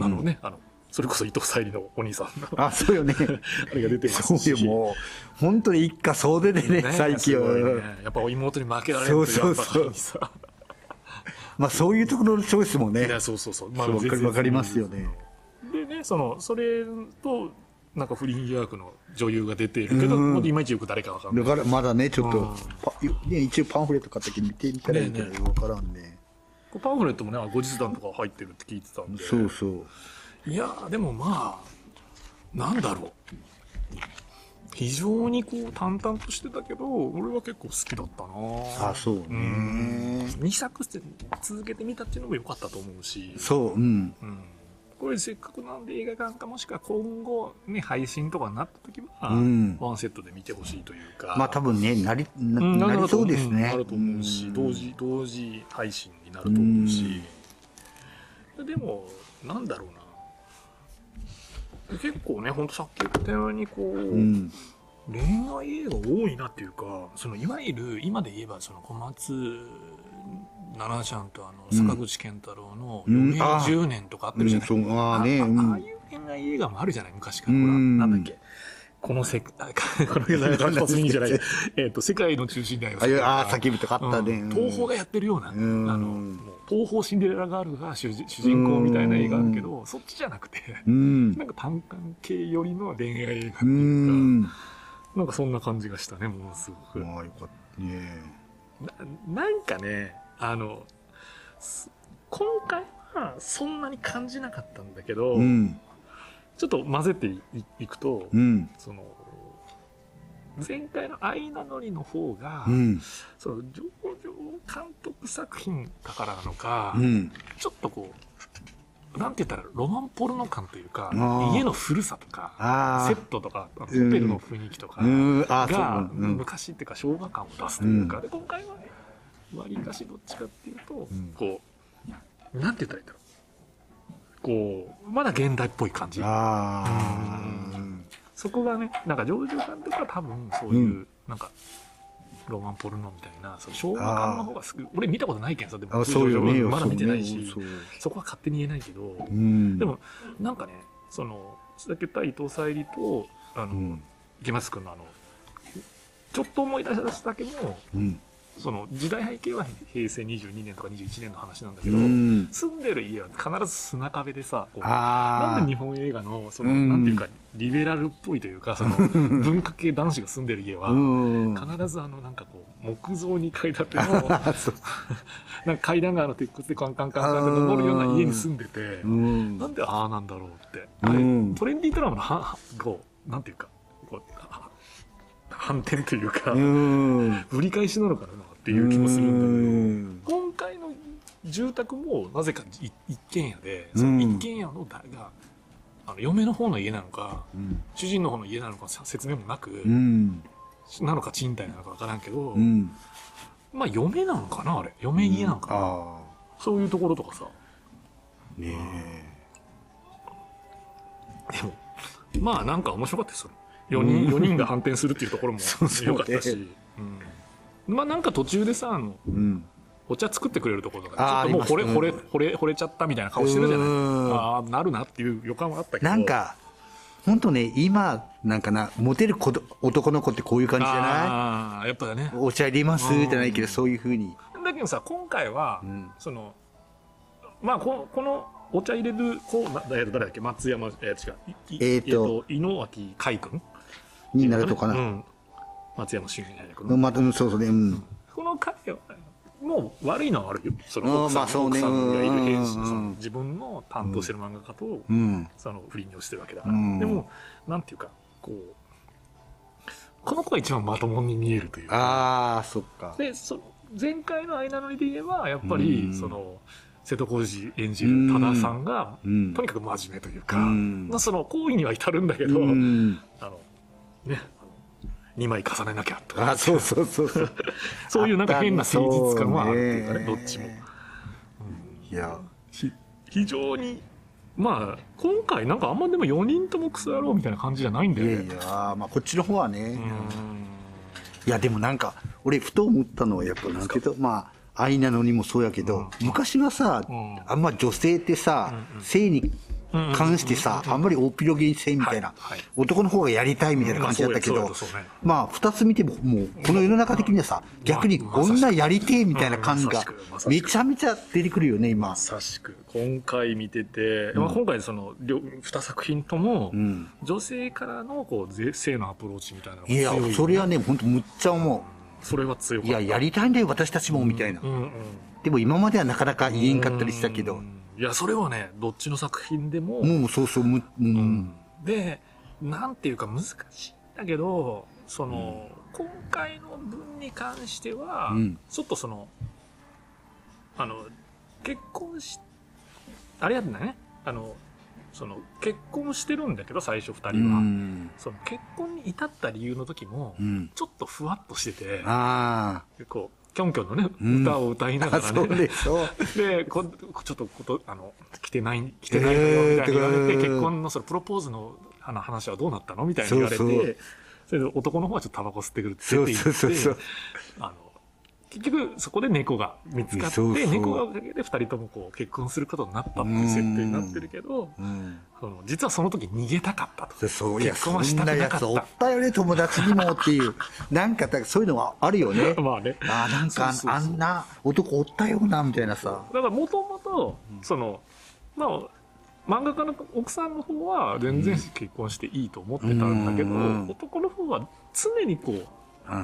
Speaker 6: あのね、あの、それこそ伊藤沙莉のお兄さんの、
Speaker 7: あそうよね
Speaker 6: あれが出てます
Speaker 7: そ
Speaker 6: し。
Speaker 7: うよもう本当に一家総出でね最近
Speaker 6: すごいね
Speaker 7: は
Speaker 6: やっぱ妹に負けられるという
Speaker 7: そうそうそ
Speaker 6: や
Speaker 7: う
Speaker 6: っぱりさ
Speaker 7: まあそういうところのチョイスも
Speaker 6: い
Speaker 7: ね
Speaker 6: やそうそうそう、ま
Speaker 7: そうわか
Speaker 6: 全
Speaker 7: り
Speaker 6: 然
Speaker 7: わかりますよね
Speaker 6: でねそのそれとなんか不倫疑惑の女優が出ているけど、
Speaker 7: うん
Speaker 6: もういまいちよく誰かわかんな
Speaker 7: だ
Speaker 6: い
Speaker 7: からまだねちょっ
Speaker 6: う
Speaker 7: と
Speaker 6: ん
Speaker 7: パね一応パンフレット買ったけど見てみたらいいけど
Speaker 6: ねえね
Speaker 7: 分からんね
Speaker 6: こうパンフレットもねあ後日談とか入ってるって聞いてたんで
Speaker 7: そうそう
Speaker 6: いやーでもまあなんだろう非常にこう淡々としてたけど俺は結構好きだったな
Speaker 7: あそうね
Speaker 6: 2作して続けてみたっていうのも良かったと思うし
Speaker 7: そううん
Speaker 6: うんこれせっかくなんで映画館かもしくは今後ね配信とかになった時は、
Speaker 7: うん
Speaker 6: ワンセットで見てほしいというか
Speaker 7: まあ多分ねなりな
Speaker 6: うん
Speaker 7: なりそうですね
Speaker 6: んあると思うし
Speaker 7: ん
Speaker 6: 同時同時配信になると思うしでもなんだろうな結構ねほんとさっき言ったようにこう、
Speaker 7: うん
Speaker 6: 恋愛映画多いなっていうかそのいわゆる今で言えばその小松菜奈ちゃんとあの
Speaker 7: うん
Speaker 6: 坂口健太郎の「
Speaker 7: うん
Speaker 6: 余命
Speaker 7: あ
Speaker 6: 10年」とかあって
Speaker 7: う
Speaker 6: るじゃ
Speaker 7: ん
Speaker 6: ない
Speaker 7: そうああね
Speaker 6: あ
Speaker 7: う
Speaker 6: あああい
Speaker 7: ん
Speaker 6: う恋愛映画もあるじゃない昔から。ほら、
Speaker 7: うん
Speaker 6: なんだっけ。この世界、この世界、突入じゃ
Speaker 7: <laughs>
Speaker 6: ない。えっと、世界の中心だよ。
Speaker 7: ああいうああ叫びとかあったね
Speaker 6: うん
Speaker 7: うん
Speaker 6: 東宝がやってるような、あ
Speaker 7: うん
Speaker 6: の、もう東宝シンデレラガールが主人主人公みたいな映画あるけど、そっちじゃなくて、 <laughs>
Speaker 7: うん
Speaker 6: なんか単管系よりの恋愛映画って
Speaker 7: う
Speaker 6: いうか、
Speaker 7: ん
Speaker 6: なんかそんな感じがしたね、ものすごく。
Speaker 7: まあよかったね
Speaker 6: ななんかねあのす今回はそんなに感じなかったんだけど、
Speaker 7: うん
Speaker 6: ちょっと混ぜていいくと、
Speaker 7: うん
Speaker 6: その前回の「愛なのに」の方が、
Speaker 7: うん
Speaker 6: その上場監督作品だからなのか、
Speaker 7: うん
Speaker 6: ちょっとこうなんて言ったらロマンポルノ感というか
Speaker 7: あー
Speaker 6: 家の古さとか
Speaker 7: あ
Speaker 6: セ
Speaker 7: あ
Speaker 6: ットとかホテ
Speaker 7: うん
Speaker 6: ルの雰囲気とか、
Speaker 7: うんああそう
Speaker 6: が
Speaker 7: うん
Speaker 6: 昔っていうか昭和感を出すというか、で今回はねわりかしどっちかっていうと、
Speaker 7: ん
Speaker 6: こうなんて言ったらいいんだろうこうまだ現代っぽい感じ
Speaker 7: ああ
Speaker 6: そこがねなんかジョージ監督は多分そういう、
Speaker 7: う
Speaker 6: なんかロマンポルノみたいなその昭和感の方がすぐ俺見たことないけんさで
Speaker 7: あそうよね
Speaker 6: まだ見てないし
Speaker 7: そ
Speaker 6: そう
Speaker 7: ね
Speaker 6: こは勝手に言えないけど、
Speaker 7: そううん
Speaker 6: でもなんかねそのさっき言った伊藤沙莉とあの、
Speaker 7: うん
Speaker 6: 池松君のあのちょっと思い出したけど
Speaker 7: うん
Speaker 6: その時代背景は平成22年とか21年の話なんだけ
Speaker 7: う
Speaker 6: ど、
Speaker 7: ん
Speaker 6: 住んでる家は必ず砂壁でさこう
Speaker 7: ああ
Speaker 6: なんで日本映画のその、
Speaker 7: うん
Speaker 6: なんていうかリベラルっぽいというかその文化系男子が住んでる家は、
Speaker 7: うん
Speaker 6: 必ずあのなんかこう木造2階建ての
Speaker 7: そう
Speaker 6: なんか階段があの鉄骨でカンカンカンカンって登るような家に住んでて、
Speaker 7: うん
Speaker 6: なんでああなんだろうって、
Speaker 7: うん
Speaker 6: トレンディードラマのははこうなんていうかこうは反転というか、
Speaker 7: うん。
Speaker 6: 売り返しなのかなっていう気もするんだ
Speaker 7: ん
Speaker 6: けど今回の住宅もなぜかい一軒家で、
Speaker 7: うん
Speaker 6: その一軒家の誰があの嫁の方の家なのか
Speaker 7: うん。
Speaker 6: 主人の方の家なのかさ説明もなく、
Speaker 7: うん。
Speaker 6: なのか賃貸なのかわからんけど、
Speaker 7: うん。
Speaker 6: まあ嫁なのかなあれ嫁家なのかな、
Speaker 7: あ
Speaker 6: そういうところとかさ
Speaker 7: あ。ねえ。
Speaker 6: でもまあなんか面白かったですよ4人四人が反転するっていうところも
Speaker 7: <laughs> そうそう
Speaker 6: 良かったし、うん、まあなんか途中でさあの
Speaker 7: うん。
Speaker 6: お茶作ってくれるところとか
Speaker 7: あー
Speaker 6: ちょっともう
Speaker 7: ありま
Speaker 6: 惚れ
Speaker 7: し
Speaker 6: 惚れ惚れ惚れちゃったみたいな顔してるじゃない
Speaker 7: うん
Speaker 6: ああなるなっていう予感はあったけど
Speaker 7: なんか、本当ね、今、なんかな、モテる子ど男の子ってこういう感じじゃ
Speaker 6: ああやっぱね
Speaker 7: ないお茶入れますじゃないけど、そういうふうに。
Speaker 6: だけどさ今回は、
Speaker 7: うん
Speaker 6: そのまあここのお茶入れる子なえーと誰だっけ松山えー、違ういい
Speaker 7: えーと
Speaker 6: 井之脇海君
Speaker 7: になるとか
Speaker 6: う
Speaker 7: な。
Speaker 6: ん、松山俊也君
Speaker 7: う
Speaker 6: の、
Speaker 7: ん、また、うんそうそうね、うん。
Speaker 6: この彼はもう悪いのは悪いよその
Speaker 7: うん
Speaker 6: 奥
Speaker 7: ま
Speaker 6: さ
Speaker 7: あ
Speaker 6: ん,、
Speaker 7: そうね
Speaker 6: 奥さんがいる
Speaker 7: うん
Speaker 6: 編集
Speaker 7: うん
Speaker 6: その自分の担当してる漫画家と、
Speaker 7: うん。
Speaker 6: その不倫をしてるわけだから、
Speaker 7: うん
Speaker 6: でもなんていうかこうこの子が一番まともに見えるというか
Speaker 7: ああ、そっか。
Speaker 6: でその前回の間のりで言えばやっぱり、
Speaker 7: うん
Speaker 6: その瀬戸康史演じる多田さんが、
Speaker 7: うん
Speaker 6: とにかく真面目というか、
Speaker 7: うん
Speaker 6: まあ、その行為には至るんだけど、
Speaker 7: うん。
Speaker 6: あのね2枚重ねなきゃと
Speaker 7: <laughs> あ
Speaker 6: か
Speaker 7: そうそうそうそう。
Speaker 6: そういうなんか変な
Speaker 7: あった
Speaker 6: 誠
Speaker 7: んだ
Speaker 6: 実感はあるっていうかね
Speaker 7: そう
Speaker 6: どっちも
Speaker 7: いや、
Speaker 6: ひ非常にまあ今回なんかあんまでも4人ともクソ野郎みたいな感じじゃないんだ
Speaker 7: い
Speaker 6: よ
Speaker 7: や
Speaker 6: ね
Speaker 7: いや、まあこっちの方は
Speaker 6: うん
Speaker 7: ね、いやでもなんか、俺ふと思ったのはやっぱなんていうと、まあ、愛なのにもそうやけど、昔はさ、
Speaker 6: うん
Speaker 7: あんま女性ってさ、性に関してさ、あんまり大広げにせんみたいな、
Speaker 6: はいはい
Speaker 7: 男の方がやりたいみたいな感じだったけ
Speaker 6: ま
Speaker 7: ど、
Speaker 6: あそうやそうやそうね
Speaker 7: まあ二つ見てももうこの世の中的にはさ、逆に女やりてえみたいな感が
Speaker 6: うんまさしくまさしく
Speaker 7: めちゃめちゃ出てくるよね今
Speaker 6: ま。さしく今回見てて、まあ、今回その2作品とも、
Speaker 7: うん
Speaker 6: 女性からのこうぜ性のアプローチみたいなのが
Speaker 7: いや
Speaker 6: 強いよね
Speaker 7: それはね本当むっちゃ思
Speaker 6: それは強
Speaker 7: う。
Speaker 6: かっ
Speaker 7: い
Speaker 6: た
Speaker 7: ややりたいんだよ私たちもみたいな
Speaker 6: う。んうん
Speaker 7: でも今まではなかなか言えんかったりしたけ
Speaker 6: う
Speaker 7: ど、
Speaker 6: んいやそれはねどっちの作品でも、
Speaker 7: もうそうそうむ、う
Speaker 6: うんん、でなんていうか難しいんだけどその、今回の分に関しては、
Speaker 7: うん
Speaker 6: ちょっとそのあの結婚しあれやってないねあのその結婚してるんだけど最初2人は、
Speaker 7: うん、
Speaker 6: その結婚に至った理由の時も、
Speaker 7: うん、
Speaker 6: ちょっとふわっとしてて
Speaker 7: あ
Speaker 6: こうキョンキョンのね、
Speaker 7: うん
Speaker 6: 歌を歌い
Speaker 7: ー
Speaker 6: なが
Speaker 7: あ、
Speaker 6: ら
Speaker 7: そう
Speaker 6: ね
Speaker 7: でしょ。
Speaker 6: でこちょっとことあの来てない来てないの
Speaker 7: えー
Speaker 6: よみたいに言われて、
Speaker 7: てか
Speaker 6: 結婚のそのプロポーズのあの話はどうなったのみたいに言われて
Speaker 7: そ
Speaker 6: そう
Speaker 7: そう
Speaker 6: れで男の方はちょっとタバコ吸ってくるって
Speaker 7: そ
Speaker 6: 言っ
Speaker 7: う
Speaker 6: て
Speaker 7: そうそうそう
Speaker 6: あの結局そこで猫が見つかって
Speaker 7: そうそう
Speaker 6: 猫がおかげで2人ともこう結婚することになったっていう設定になってるけど
Speaker 7: うん、
Speaker 6: その実はその時逃げたかったと
Speaker 7: そうそういや
Speaker 6: 結
Speaker 7: そ
Speaker 6: 婚はし
Speaker 7: ん
Speaker 6: たく
Speaker 7: な
Speaker 6: な
Speaker 7: や
Speaker 6: かっ
Speaker 7: つ
Speaker 6: た
Speaker 7: おったよね友達にもっていうなんかだからそういうのはあるよね
Speaker 6: まあね
Speaker 7: あーなんか
Speaker 6: そうそうそう
Speaker 7: あんな男おったよなみたいなさ
Speaker 6: だからもともとそのまあ漫画家の奥さんの方は全然結婚していいと思ってたんだけど、
Speaker 7: うん
Speaker 6: 男の方は常にこ
Speaker 7: う
Speaker 6: う、
Speaker 7: ん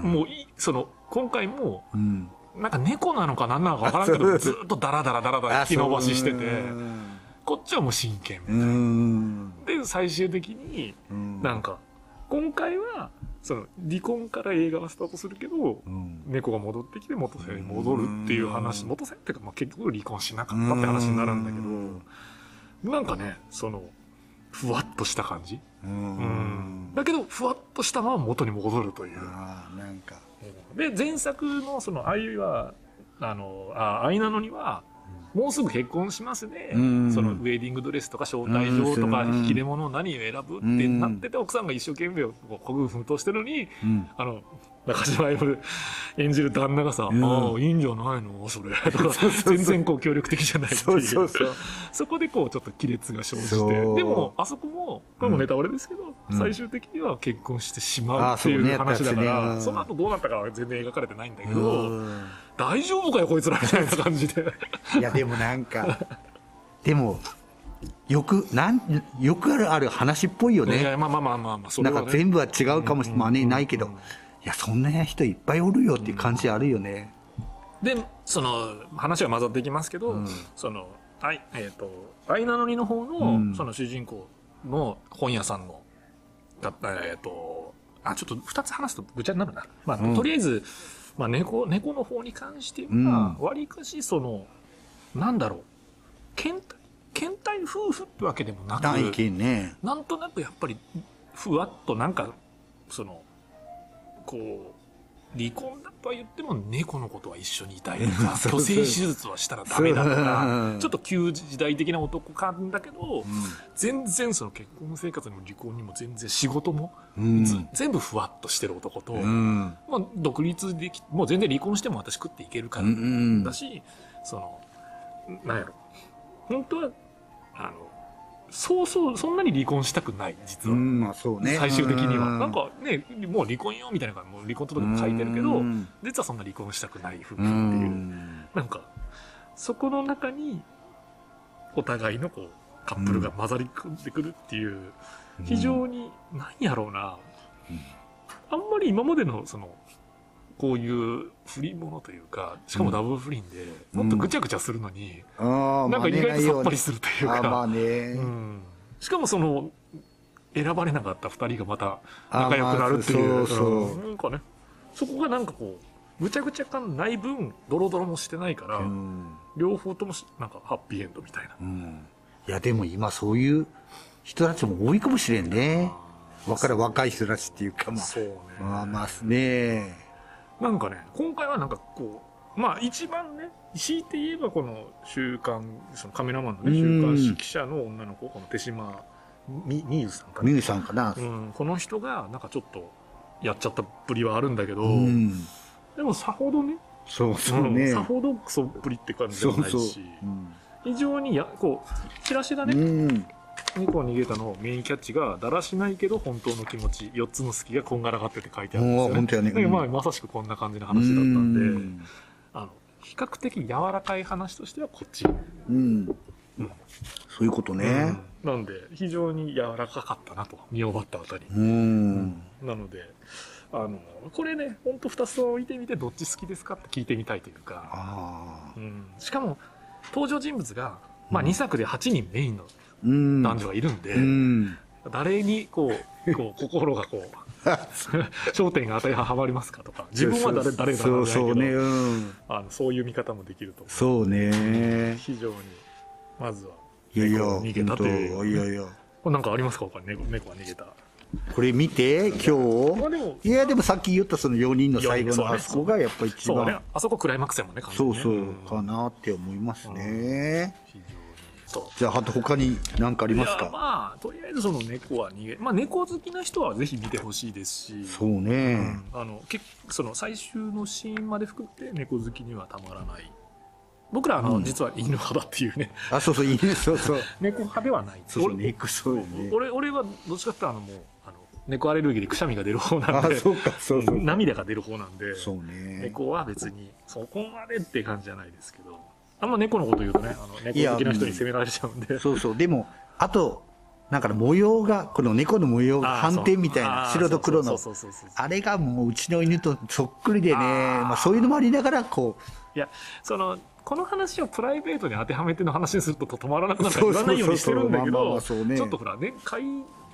Speaker 6: もういその今回も
Speaker 7: うん
Speaker 6: なんか猫なのか何なのか分からんけ
Speaker 7: あ
Speaker 6: ど
Speaker 7: そ
Speaker 6: ず
Speaker 7: う
Speaker 6: っとダラダラダラダラ
Speaker 7: あ
Speaker 6: 引き伸ばししてて
Speaker 7: うん
Speaker 6: こっちはもう真剣
Speaker 7: うん
Speaker 6: で最終的に
Speaker 7: うん
Speaker 6: なんか今回はその離婚から映画はスタートするけど
Speaker 7: うん
Speaker 6: 猫が戻ってきて元性に戻るっていう話
Speaker 7: うん
Speaker 6: 元性っていうか、まあ、結局離婚しなかったって話になるんだけど。なんかね、その、ふわっとした感じ。
Speaker 7: う
Speaker 6: うんん。だけど、ふわっとしたまま元に戻るという。
Speaker 7: あーなんか
Speaker 6: で、前作の、その、あゆいは、あの、あ、あいなのには、もうすぐ結婚しますね。
Speaker 7: うん
Speaker 6: その、ウェディングドレスとか、招待状とか、
Speaker 7: うん
Speaker 6: 引き出物を何を選ぶってなってて、奥さんが一生懸命、こう、孤軍奮闘してるのに、
Speaker 7: うん
Speaker 6: あの、中島歩夢演じる旦那がさ、
Speaker 7: うん
Speaker 6: ああ、いいんじゃないの
Speaker 7: <laughs>
Speaker 6: それ。とか
Speaker 7: そうそう、そう
Speaker 6: 全然こう協力的じゃないっていう。
Speaker 7: そうそうそう
Speaker 6: そこでこうちょっと亀裂が生じて
Speaker 7: そう
Speaker 6: でもあそこもこれもネタバレですけど、
Speaker 7: うん
Speaker 6: 最終的には結婚してしまうってい
Speaker 7: あそうね
Speaker 6: う話だから
Speaker 7: やっ
Speaker 6: そ,、
Speaker 7: たやつねうん
Speaker 6: の後どうなったかは全然描かれてないんだけど、
Speaker 7: うん
Speaker 6: 大丈夫かよこいつらみたいな感じで
Speaker 7: いやでもなんかでもよくなんよくあるある話っぽいよ
Speaker 6: い
Speaker 7: <laughs> ね
Speaker 6: やまあまあまあまあまあそれ
Speaker 7: なん
Speaker 6: は、
Speaker 7: か
Speaker 6: ね、
Speaker 7: 全部は違うかもしれ
Speaker 6: うん
Speaker 7: まあねないけどいやそんな人いっぱいおるよっていう感じあるよね
Speaker 6: でその話は混ざっていきますけど、
Speaker 7: うん
Speaker 6: そのあいえっ、とアイナノリの方の、
Speaker 7: うん
Speaker 6: その主人公の本屋さんのがえっ、とあちょっと2つ話すとぐちゃになるな、まあとりあえず、まあ、猫猫の方に関して
Speaker 7: うん
Speaker 6: はわり、かしそのなんだろう倦怠倦怠夫婦ってわけでもなく
Speaker 7: 大金ね。
Speaker 6: なんとなくやっぱりふわっとなんかそのこう離婚だとは言っても猫のことは一緒にいたいとか
Speaker 7: そう
Speaker 6: 虚勢手術はしたらダメだと
Speaker 7: そう
Speaker 6: か
Speaker 7: うん
Speaker 6: ちょっと旧時代的な男感だけど
Speaker 7: う
Speaker 6: 全然その結婚生活にも離婚にも全然仕事も、
Speaker 7: ん。
Speaker 6: ず全部ふわっとしてる男と、
Speaker 7: うん。
Speaker 6: まあ、独立できもう全然離婚しても私食っていけるか
Speaker 7: う
Speaker 6: ら
Speaker 7: ん。
Speaker 6: だし、そのなんやろ本当はあのそうそうそんなに離婚したくない実
Speaker 7: う
Speaker 6: は、
Speaker 7: ん、まあそうね。
Speaker 6: 最終的には、
Speaker 7: う
Speaker 6: なんかねもう離婚よみたいな感じもう離婚届も書いてるけど、
Speaker 7: うん
Speaker 6: 実はそんな離婚したくない夫婦って
Speaker 7: う。
Speaker 6: いうんなんかそこの中にお互いのこうカップルが混ざり込んでくるっていう、非常に何やろうな、
Speaker 7: うん
Speaker 6: あんまり今までのそのこういう不倫ものというかしかもダブル不倫で、
Speaker 7: う
Speaker 6: も
Speaker 7: ん
Speaker 6: っとぐちゃぐちゃするのに、
Speaker 7: ああ、
Speaker 6: なんか意外とさっぱりするという
Speaker 7: まあね内容ねあ
Speaker 6: か、
Speaker 7: ーまあね。
Speaker 6: うん、しかもその選ばれなかった2人がまた
Speaker 7: あー
Speaker 6: 仲良くなるっていう,、
Speaker 7: まあそうそう
Speaker 6: うんなんかねそこがなんかこうぐちゃぐちゃ感ない分ドロドロもしてないから、
Speaker 7: そう。うん。
Speaker 6: 両方ともしなんかハッピーエンドみたいな。
Speaker 7: うんいや、でも今そういう人たちも多いかもしれんね。わからん若い人たちっていうか、まあ、
Speaker 6: そうね、
Speaker 7: まあまあね。
Speaker 6: なんかね、今回はなんかこう、まあ一番ね、強いて言えばこの週刊、そのカメラマンのね、週刊誌記者の女の子、この手島みみゆさんか
Speaker 7: ミ
Speaker 6: な、
Speaker 7: ュウさんかな
Speaker 6: う。ん、この人がなんかちょっとやっちゃったっぷりはあるんだけど、
Speaker 7: うん。
Speaker 6: でもさほどね、
Speaker 7: そうそうね
Speaker 6: ん。さほどクソっぷりって感じで
Speaker 7: そ
Speaker 6: もな
Speaker 7: う
Speaker 6: いし、
Speaker 7: そう。うん
Speaker 6: 非常にや、こう、チラシだね、
Speaker 7: うん。
Speaker 6: 猫を逃げたのメインキャッチが、だらしないけど本当の気持ち、4つの隙がこんがらがってて書いてあるんですよ、
Speaker 7: おー本当やね
Speaker 6: だけどまあまさしくこんな感じの話だったんで、
Speaker 7: うん
Speaker 6: あの比較的柔らかい話としてはこっち、
Speaker 7: うん。そういうことね。
Speaker 6: うんなんで非常に柔らかかったなと見終わったあたり、
Speaker 7: うん。
Speaker 6: なのであのこれねほんと2つを見てみてどっち好きですかって聞いてみたいというか、
Speaker 7: ああ。
Speaker 6: うん、しかも登場人物が、まあ、2作で8人メインの
Speaker 7: うん。
Speaker 6: 男女がいるんで、
Speaker 7: うん。
Speaker 6: 誰にこうこ
Speaker 7: <laughs>
Speaker 6: う心がこう <laughs> 焦点が当たりはまりますかとか自分は誰誰だ
Speaker 7: そうそうね。
Speaker 6: ね、
Speaker 7: うん。
Speaker 6: あのそういう見方もできると思う
Speaker 7: そうね。
Speaker 6: 非常にまずはい
Speaker 7: やいや、
Speaker 6: 猫を逃げたという
Speaker 7: 本当いやいや。
Speaker 6: これなんかありますか他に猫猫が逃げた。
Speaker 7: これ見て、
Speaker 6: まあ
Speaker 7: 今
Speaker 6: でも
Speaker 7: 日。いや、でもさっき言ったその4人の最後
Speaker 6: そう
Speaker 7: の
Speaker 6: ね
Speaker 7: あそこがやっぱ一
Speaker 6: そうね
Speaker 7: 番。、
Speaker 6: あそこクライマックスやもんね、完全
Speaker 7: そ
Speaker 6: に
Speaker 7: う
Speaker 6: ね
Speaker 7: そう、
Speaker 6: ん
Speaker 7: かなって思いますね。
Speaker 6: 非常に。そ
Speaker 7: じゃあ、あと他に何かあ
Speaker 6: う。
Speaker 7: ります
Speaker 6: いや
Speaker 7: か
Speaker 6: まあ、とりあえずその猫は逃げ、まあ猫好きな人はぜひ見てほしいですし、
Speaker 7: そう
Speaker 6: う
Speaker 7: ね。
Speaker 6: んあの、けその最終のシーンまで含めて猫好きにはたまらない。僕らあの、
Speaker 7: うん
Speaker 6: 実は犬派だっていうね、 <laughs>
Speaker 7: あ、そうそう、いいね、そうそう。
Speaker 6: 猫派ではない。
Speaker 7: そうそう、
Speaker 6: 俺
Speaker 7: ネクそうよね。
Speaker 6: 俺俺はどっちかっていうとあのもうあの猫アレルギーでくしゃみが出る方なん
Speaker 7: あ
Speaker 6: で、、
Speaker 7: そうか、そうそう。
Speaker 6: 涙が出る方なんで、
Speaker 7: そうね。
Speaker 6: 猫は別にそこまでって感じじゃないですけどあんま猫のこと言うとねあの
Speaker 7: いや
Speaker 6: 猫好きな人に責められちゃうんで
Speaker 7: そうそう、でも、あと、なんか模様が、この猫の模様が
Speaker 6: あーそう
Speaker 7: 斑点みたいな、
Speaker 6: あー
Speaker 7: 白と黒
Speaker 6: そ
Speaker 7: の
Speaker 6: う。そうそうそうそう
Speaker 7: あれがもううちの犬とそっくりでね、
Speaker 6: あー
Speaker 7: まあそういうのもありながら、こう、
Speaker 6: いやそのこの話をプライベートに当てはめての話にすると止まらなくなるから言わないようにしてるんだけ
Speaker 7: そうそうそうそうまあまあまあ
Speaker 6: ど
Speaker 7: そうね
Speaker 6: ちょっとほらね飼い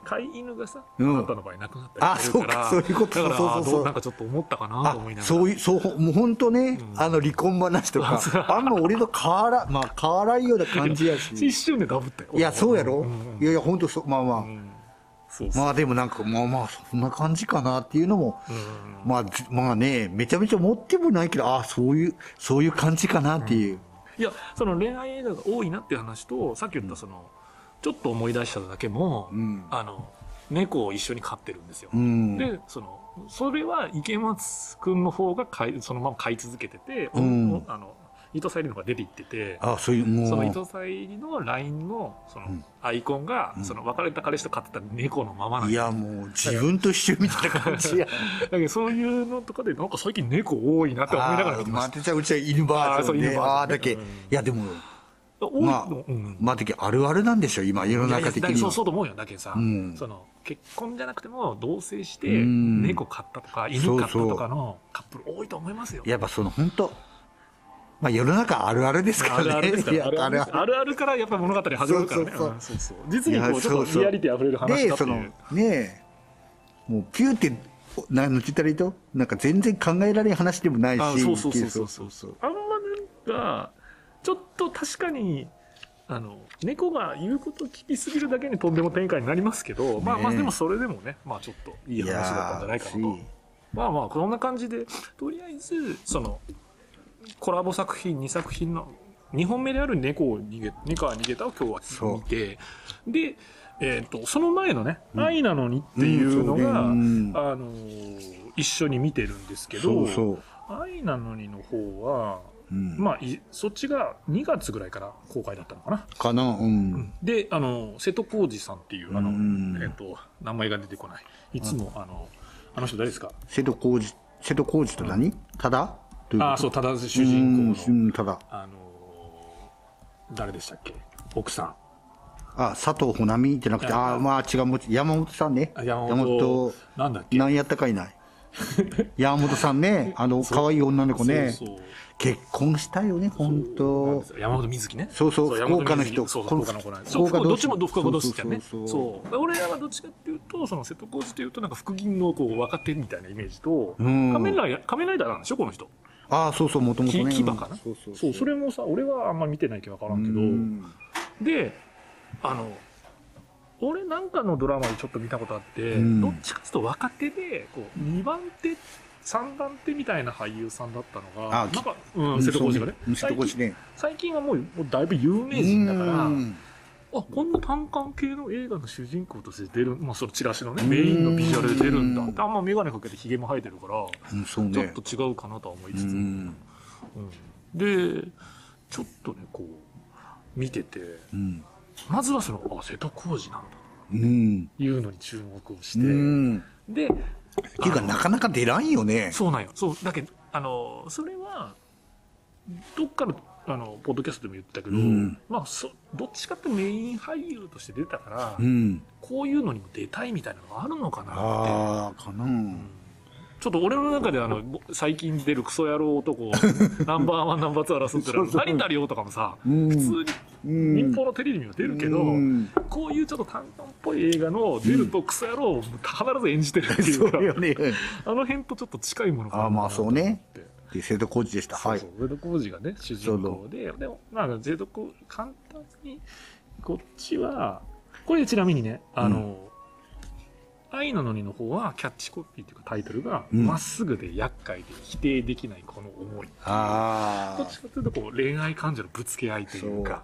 Speaker 6: 飼い犬がさ、
Speaker 7: うん
Speaker 6: あなたの場合亡くなったりするから
Speaker 7: あそうかそういうこ
Speaker 6: だ
Speaker 7: と
Speaker 6: から
Speaker 7: そうそうそう
Speaker 6: どなんかちょっと思ったかなと思いながら
Speaker 7: そういう、そう、もう本当ね、
Speaker 6: うん
Speaker 7: あの離婚話とか、あんま俺と変わら、まあ変わらんような感じや
Speaker 6: <laughs> 一
Speaker 7: し。
Speaker 6: 瞬でダブったよ
Speaker 7: いや、そうや
Speaker 6: ん
Speaker 7: ろ、
Speaker 6: うん
Speaker 7: いやいや、本当そう、まあまあ、
Speaker 6: うんそうそう
Speaker 7: まあでもなんか、まあまあ、そんな感じかなっていうのも、
Speaker 6: うん
Speaker 7: まあ、ずまあね、めちゃめちゃ持ってもないけど、ああ、そういう、そういう感じかなっていう。
Speaker 6: いやその恋愛映画が多いなっていう話とさっき言ったその、ちょっと思い出しただけも、
Speaker 7: うん。
Speaker 6: あの猫を一緒に飼ってるんですよ、
Speaker 7: うん。
Speaker 6: でそのそれは池松君の方が飼いそのまま飼い続けてて、
Speaker 7: うん
Speaker 6: おあの伊藤沙莉の方が出ていってて
Speaker 7: ああ、そういう、もう。
Speaker 6: その伊藤沙莉の LINE のその
Speaker 7: ん
Speaker 6: アイコンが、
Speaker 7: うん
Speaker 6: その別れた彼氏と飼ってた猫のままなん
Speaker 7: い
Speaker 6: です
Speaker 7: や、もう自分と一緒みたいな感じや。
Speaker 6: だけどそういうのとかでなんか最近猫多い <laughs> なって思いながら見てまし
Speaker 7: あーまあじゃあうちは犬バージョン
Speaker 6: あーそう犬
Speaker 7: で、
Speaker 6: バージョン
Speaker 7: ああー、だけ。い
Speaker 6: うん
Speaker 7: や、でも、
Speaker 6: た多いの、
Speaker 7: まあ
Speaker 6: うん
Speaker 7: まあ、だけあるあるなんでしょ、今、世の
Speaker 6: いやいや
Speaker 7: 中的
Speaker 6: だけ
Speaker 7: に
Speaker 6: どそ
Speaker 7: は
Speaker 6: う。そうと思うよだけどさ、
Speaker 7: うん
Speaker 6: その結婚じゃなくても同棲して
Speaker 7: うん
Speaker 6: 猫飼ったとか犬飼ったとかのカップル多いと思いますよ。
Speaker 7: やっぱその、本当まあ、世の中あるあるですか
Speaker 6: ある
Speaker 7: ら
Speaker 6: あるで
Speaker 7: ね
Speaker 6: す。か
Speaker 7: いや
Speaker 6: らあるあるあるあるからやっぱ物語始まるからね
Speaker 7: そうそうそう
Speaker 6: うんそうそう実に
Speaker 7: い
Speaker 6: こ
Speaker 7: や
Speaker 6: うちょ
Speaker 7: そう
Speaker 6: っ
Speaker 7: そ
Speaker 6: と
Speaker 7: う
Speaker 6: リアリティ溢れる話だ
Speaker 7: で、
Speaker 6: って
Speaker 7: そ
Speaker 6: い
Speaker 7: の
Speaker 6: う、
Speaker 7: ねえ、もう、ピューってななんて言ったらいいとなんか全然考えられん話でもないし
Speaker 6: あそうそうそうそう
Speaker 7: そうそう
Speaker 6: あんまなんかちょっと確かにあの猫が言うこと聞きすぎるだけにとんでも展開になりますけど、まあまあ
Speaker 7: ねえ
Speaker 6: でもそれでもねまあちょっといい話だったんじゃないかなと
Speaker 7: やー
Speaker 6: まあまあこんな感じでとりあえずそのコラボ作品2作品の2本目である猫を逃げ「猫は逃げた」を今日は見てで、えー、とその前のね「愛なのに」っていうのが、
Speaker 7: うんそうね
Speaker 6: あのー一緒に見てるんですけ
Speaker 7: そ
Speaker 6: ど
Speaker 7: うそう、
Speaker 6: 愛なのに」の方は、
Speaker 7: うん
Speaker 6: まあいそっちが2月ぐらいから公開だったのかな。
Speaker 7: かなうん
Speaker 6: であの瀬戸康史さんっていうあの、
Speaker 7: うん
Speaker 6: えー、と名前が出てこないいつもあのあの人誰ですか
Speaker 7: 瀬戸康史瀬戸康史と何ただということ
Speaker 6: ああそうただ主人公
Speaker 7: う
Speaker 6: の
Speaker 7: んうんただ
Speaker 6: あのー誰でしたっけ奥さん
Speaker 7: あ佐藤穂波じゃなくてああまあ違うもう山本さんね
Speaker 6: あ山本なんだっけ
Speaker 7: なんやったかいない
Speaker 6: <laughs>
Speaker 7: 山本さんねあの可愛い女の子ね
Speaker 6: そうそう
Speaker 7: 結婚したよね本
Speaker 6: なん
Speaker 7: 当
Speaker 6: ですよ山本瑞希ね
Speaker 7: そうそう
Speaker 6: 山本
Speaker 7: 福岡の
Speaker 6: 瑞希
Speaker 7: 人
Speaker 6: そう
Speaker 7: こ
Speaker 6: 福
Speaker 7: の
Speaker 6: 岡の子なんです
Speaker 7: 福
Speaker 6: そう
Speaker 7: 岡
Speaker 6: 福岡
Speaker 7: 同
Speaker 6: ど
Speaker 7: 士
Speaker 6: っちもど福岡同士じゃんね
Speaker 7: そ
Speaker 6: そうう
Speaker 7: そう
Speaker 6: 俺らはどっちかっていうとその瀬戸康史というとなんか福銀のこう若手みたいなイメージと、
Speaker 7: うん
Speaker 6: 仮面ライダー仮面ライダーなんでしょこの人
Speaker 7: ああそうそうもともと
Speaker 6: き
Speaker 7: ね
Speaker 6: 牙かな、
Speaker 7: そうそう
Speaker 6: そうそれもさ俺はあんま見てないけど分からんけど、
Speaker 7: うん
Speaker 6: であの俺なんかのドラマでちょっと見たことあって、
Speaker 7: うん
Speaker 6: どっちかっていうと若手でこう2番手3番手みたいな俳優さんだったのが
Speaker 7: あ
Speaker 6: なんか、
Speaker 7: う
Speaker 6: うんん、瀬戸康史がね
Speaker 7: うん瀬
Speaker 6: 最
Speaker 7: 戸康
Speaker 6: 近
Speaker 7: 史ね
Speaker 6: 最近はもうもうだいぶ有名人だから
Speaker 7: うん
Speaker 6: あこんな単管系の映画の主人公として出る、まあ、そのチラシのねメインのビジュアルで出るんだってあんま眼鏡かけてひげも生えてるから、
Speaker 7: うんそう
Speaker 6: ちょっ
Speaker 7: ね
Speaker 6: と違うかなとは思いつつ、
Speaker 7: うん
Speaker 6: うんでちょっとねこう見てて
Speaker 7: うん
Speaker 6: まずはそのあ瀬戸康史なんだ
Speaker 7: うん
Speaker 6: いうのに注目をし
Speaker 7: う
Speaker 6: て、
Speaker 7: ん
Speaker 6: で
Speaker 7: っていうか
Speaker 6: あの
Speaker 7: なかなか出らんよね
Speaker 6: そうなんよそうだけどあのそれはどっかのあのポッドキャストでも言ってたけど、
Speaker 7: うん
Speaker 6: まあ、そどっちかってメイン俳優として出たから、
Speaker 7: うん
Speaker 6: こういうのにも出たいみたいなのがあるのかなって。
Speaker 7: ああかな
Speaker 6: ちょっと俺の中であのぼ最近出るクソ野郎
Speaker 7: <laughs>
Speaker 6: 男ナンバーワンナンバーツー争ってるあの成田凌とかもさ
Speaker 7: うん
Speaker 6: 普通に
Speaker 7: うん
Speaker 6: 民放のテレビには出るけど、
Speaker 7: うん
Speaker 6: こういうちょっと単管っぽい映画の出るとクソ野郎を必ず演じてるっていうか、
Speaker 7: <laughs> そうよね
Speaker 6: あの辺とちょっと近いものがる
Speaker 7: あまあそうね
Speaker 6: と思って。
Speaker 7: で瀬戸康史でした
Speaker 6: そ
Speaker 7: は
Speaker 6: う
Speaker 7: い
Speaker 6: そう、ゼドコウジがね、主人公で、でも、まあ、ゼドコ、簡単に、こっちは、これちなみにね、あの、愛なのにの方は、キャッチコピーというかタイトルが、
Speaker 7: うん
Speaker 6: まっすぐで厄介で否定できないこの思い。
Speaker 7: あ
Speaker 6: どっ
Speaker 7: あ
Speaker 6: ちかというと、こう、恋愛感情のぶつけ合いというか、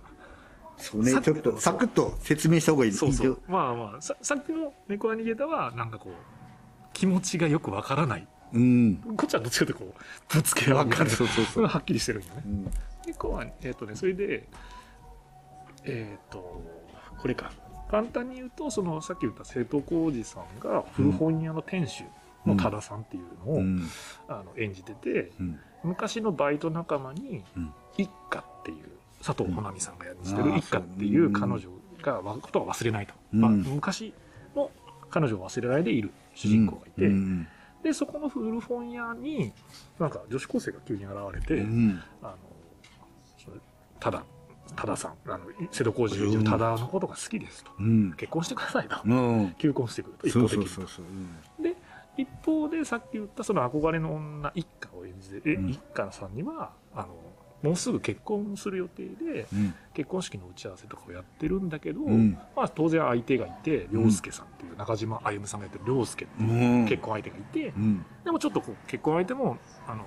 Speaker 7: そうね
Speaker 6: サク
Speaker 7: ちょっ
Speaker 6: ッと
Speaker 7: とサクッと説明した方がいい
Speaker 6: そうそう。まあまあ、ささっきの猫は逃げたは、なんかこう、気持ちがよくわからない。
Speaker 7: うん
Speaker 6: こっちはどっちかというと、こう、ぶつけ合う。
Speaker 7: わかるそうそうそう
Speaker 6: はっきりしてるんよね
Speaker 7: う。ん
Speaker 6: 猫はえっ、とねそれでえっ、とこれか簡単に言うとそのさっき言った瀬戸康史さんが古本屋の店主の多田さんっていうのを、
Speaker 7: うん
Speaker 6: あの演じてて
Speaker 7: うん
Speaker 6: 昔のバイト仲間に
Speaker 7: うん
Speaker 6: 一家っていう佐藤穂波さんがやってる一家っていう彼女がわことは忘れないと、
Speaker 7: うん
Speaker 6: まあ、昔の彼女を忘れないでいる主人公がいて、
Speaker 7: うん
Speaker 6: でそこの古本屋になんか女子高生が急に現れて、
Speaker 7: うん
Speaker 6: あの、それただ、たださん、あの、瀬戸康史のただのことが好きですと。
Speaker 7: うん
Speaker 6: 結婚してくださいと。
Speaker 7: うん
Speaker 6: 求婚してくると、一
Speaker 7: そ
Speaker 6: 方
Speaker 7: う
Speaker 6: 的
Speaker 7: そ
Speaker 6: に
Speaker 7: う。そうそううん
Speaker 6: 一方で、さっき言ったその憧れの女一家を演じて、え
Speaker 7: うん
Speaker 6: 一家さんには、あの、もうすぐ結婚する予定で、
Speaker 7: うん
Speaker 6: 結婚式の打ち合わせとかをやってるんだけど、
Speaker 7: うん
Speaker 6: まあ当然相手がいて、良介さんっていう、中島歩さんがやってる良介っていう
Speaker 7: うん
Speaker 6: 結婚相手がいて
Speaker 7: う、ん
Speaker 6: でもちょっとこう結婚相手もあの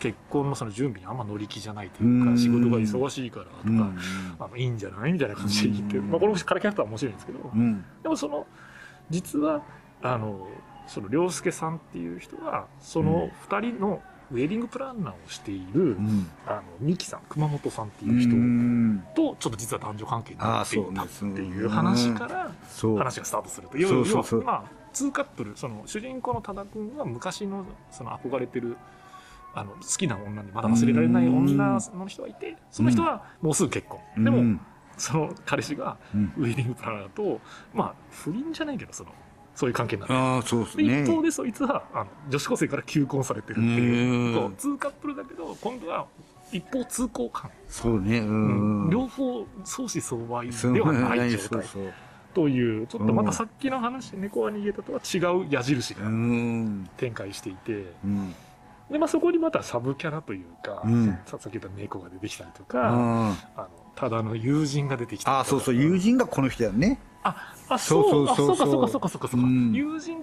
Speaker 6: 結婚のその準備にあんま乗り気じゃないといううか
Speaker 7: ん
Speaker 6: 仕事が忙しいからとか、
Speaker 7: うん
Speaker 6: あのいいんじゃないみたいな感じで言ってる、
Speaker 7: うん
Speaker 6: まあ、このからキャラクターは面白いんですけど、
Speaker 7: うん
Speaker 6: でもその実はあのその良介さんっていう人はその2人のウェディングプランナーをしている、
Speaker 7: うん
Speaker 6: あのミキさん熊本さんって
Speaker 7: う
Speaker 6: いう人
Speaker 7: ん
Speaker 6: とちょっと実は男女関係になっていた
Speaker 7: あ
Speaker 6: っ
Speaker 7: そ
Speaker 6: て
Speaker 7: うね
Speaker 6: いう話から。
Speaker 7: そう
Speaker 6: 話がスタートすると
Speaker 7: そ
Speaker 6: 要
Speaker 7: うそうそう
Speaker 6: 要はまあ2カップルその主人公の多田君は昔のその憧れてるあの好きな女にまだ忘れられない女の人がいてその人はもうすぐ結婚、で
Speaker 7: う
Speaker 6: も
Speaker 7: ん
Speaker 6: その彼氏が
Speaker 7: うん
Speaker 6: ウェディングプランナーとまあ不倫じゃないけどそのそういう関係になる。
Speaker 7: ああそうです
Speaker 6: で
Speaker 7: ね
Speaker 6: 一方でそいつはあの女子高生から求婚されてるって
Speaker 7: う
Speaker 6: い
Speaker 7: ん
Speaker 6: うこう2カップルだけど今度は一方通行感、
Speaker 7: そうねうん
Speaker 6: 両方相思相愛
Speaker 7: そう
Speaker 6: ではない状態
Speaker 7: そうそう
Speaker 6: という、ちょっとまたさっきの話、猫は逃げたとは違う矢印
Speaker 7: う
Speaker 6: が
Speaker 7: ん
Speaker 6: 展開していて、
Speaker 7: うん
Speaker 6: で、まあ、そこにまたサブキャラというか、
Speaker 7: うん
Speaker 6: ささっき言った猫が出てきたりと
Speaker 7: う
Speaker 6: か、
Speaker 7: ん
Speaker 6: あの、ただの友人が出てきたりとか。
Speaker 7: あそうそう友人がこの人やね
Speaker 6: あ、あ、そう、あ、
Speaker 7: そ
Speaker 6: そう
Speaker 7: そう
Speaker 6: う
Speaker 7: そ
Speaker 6: か、
Speaker 7: う
Speaker 6: そう
Speaker 7: そう
Speaker 6: か、そうか、そうか、そうか。
Speaker 7: うん
Speaker 6: 友人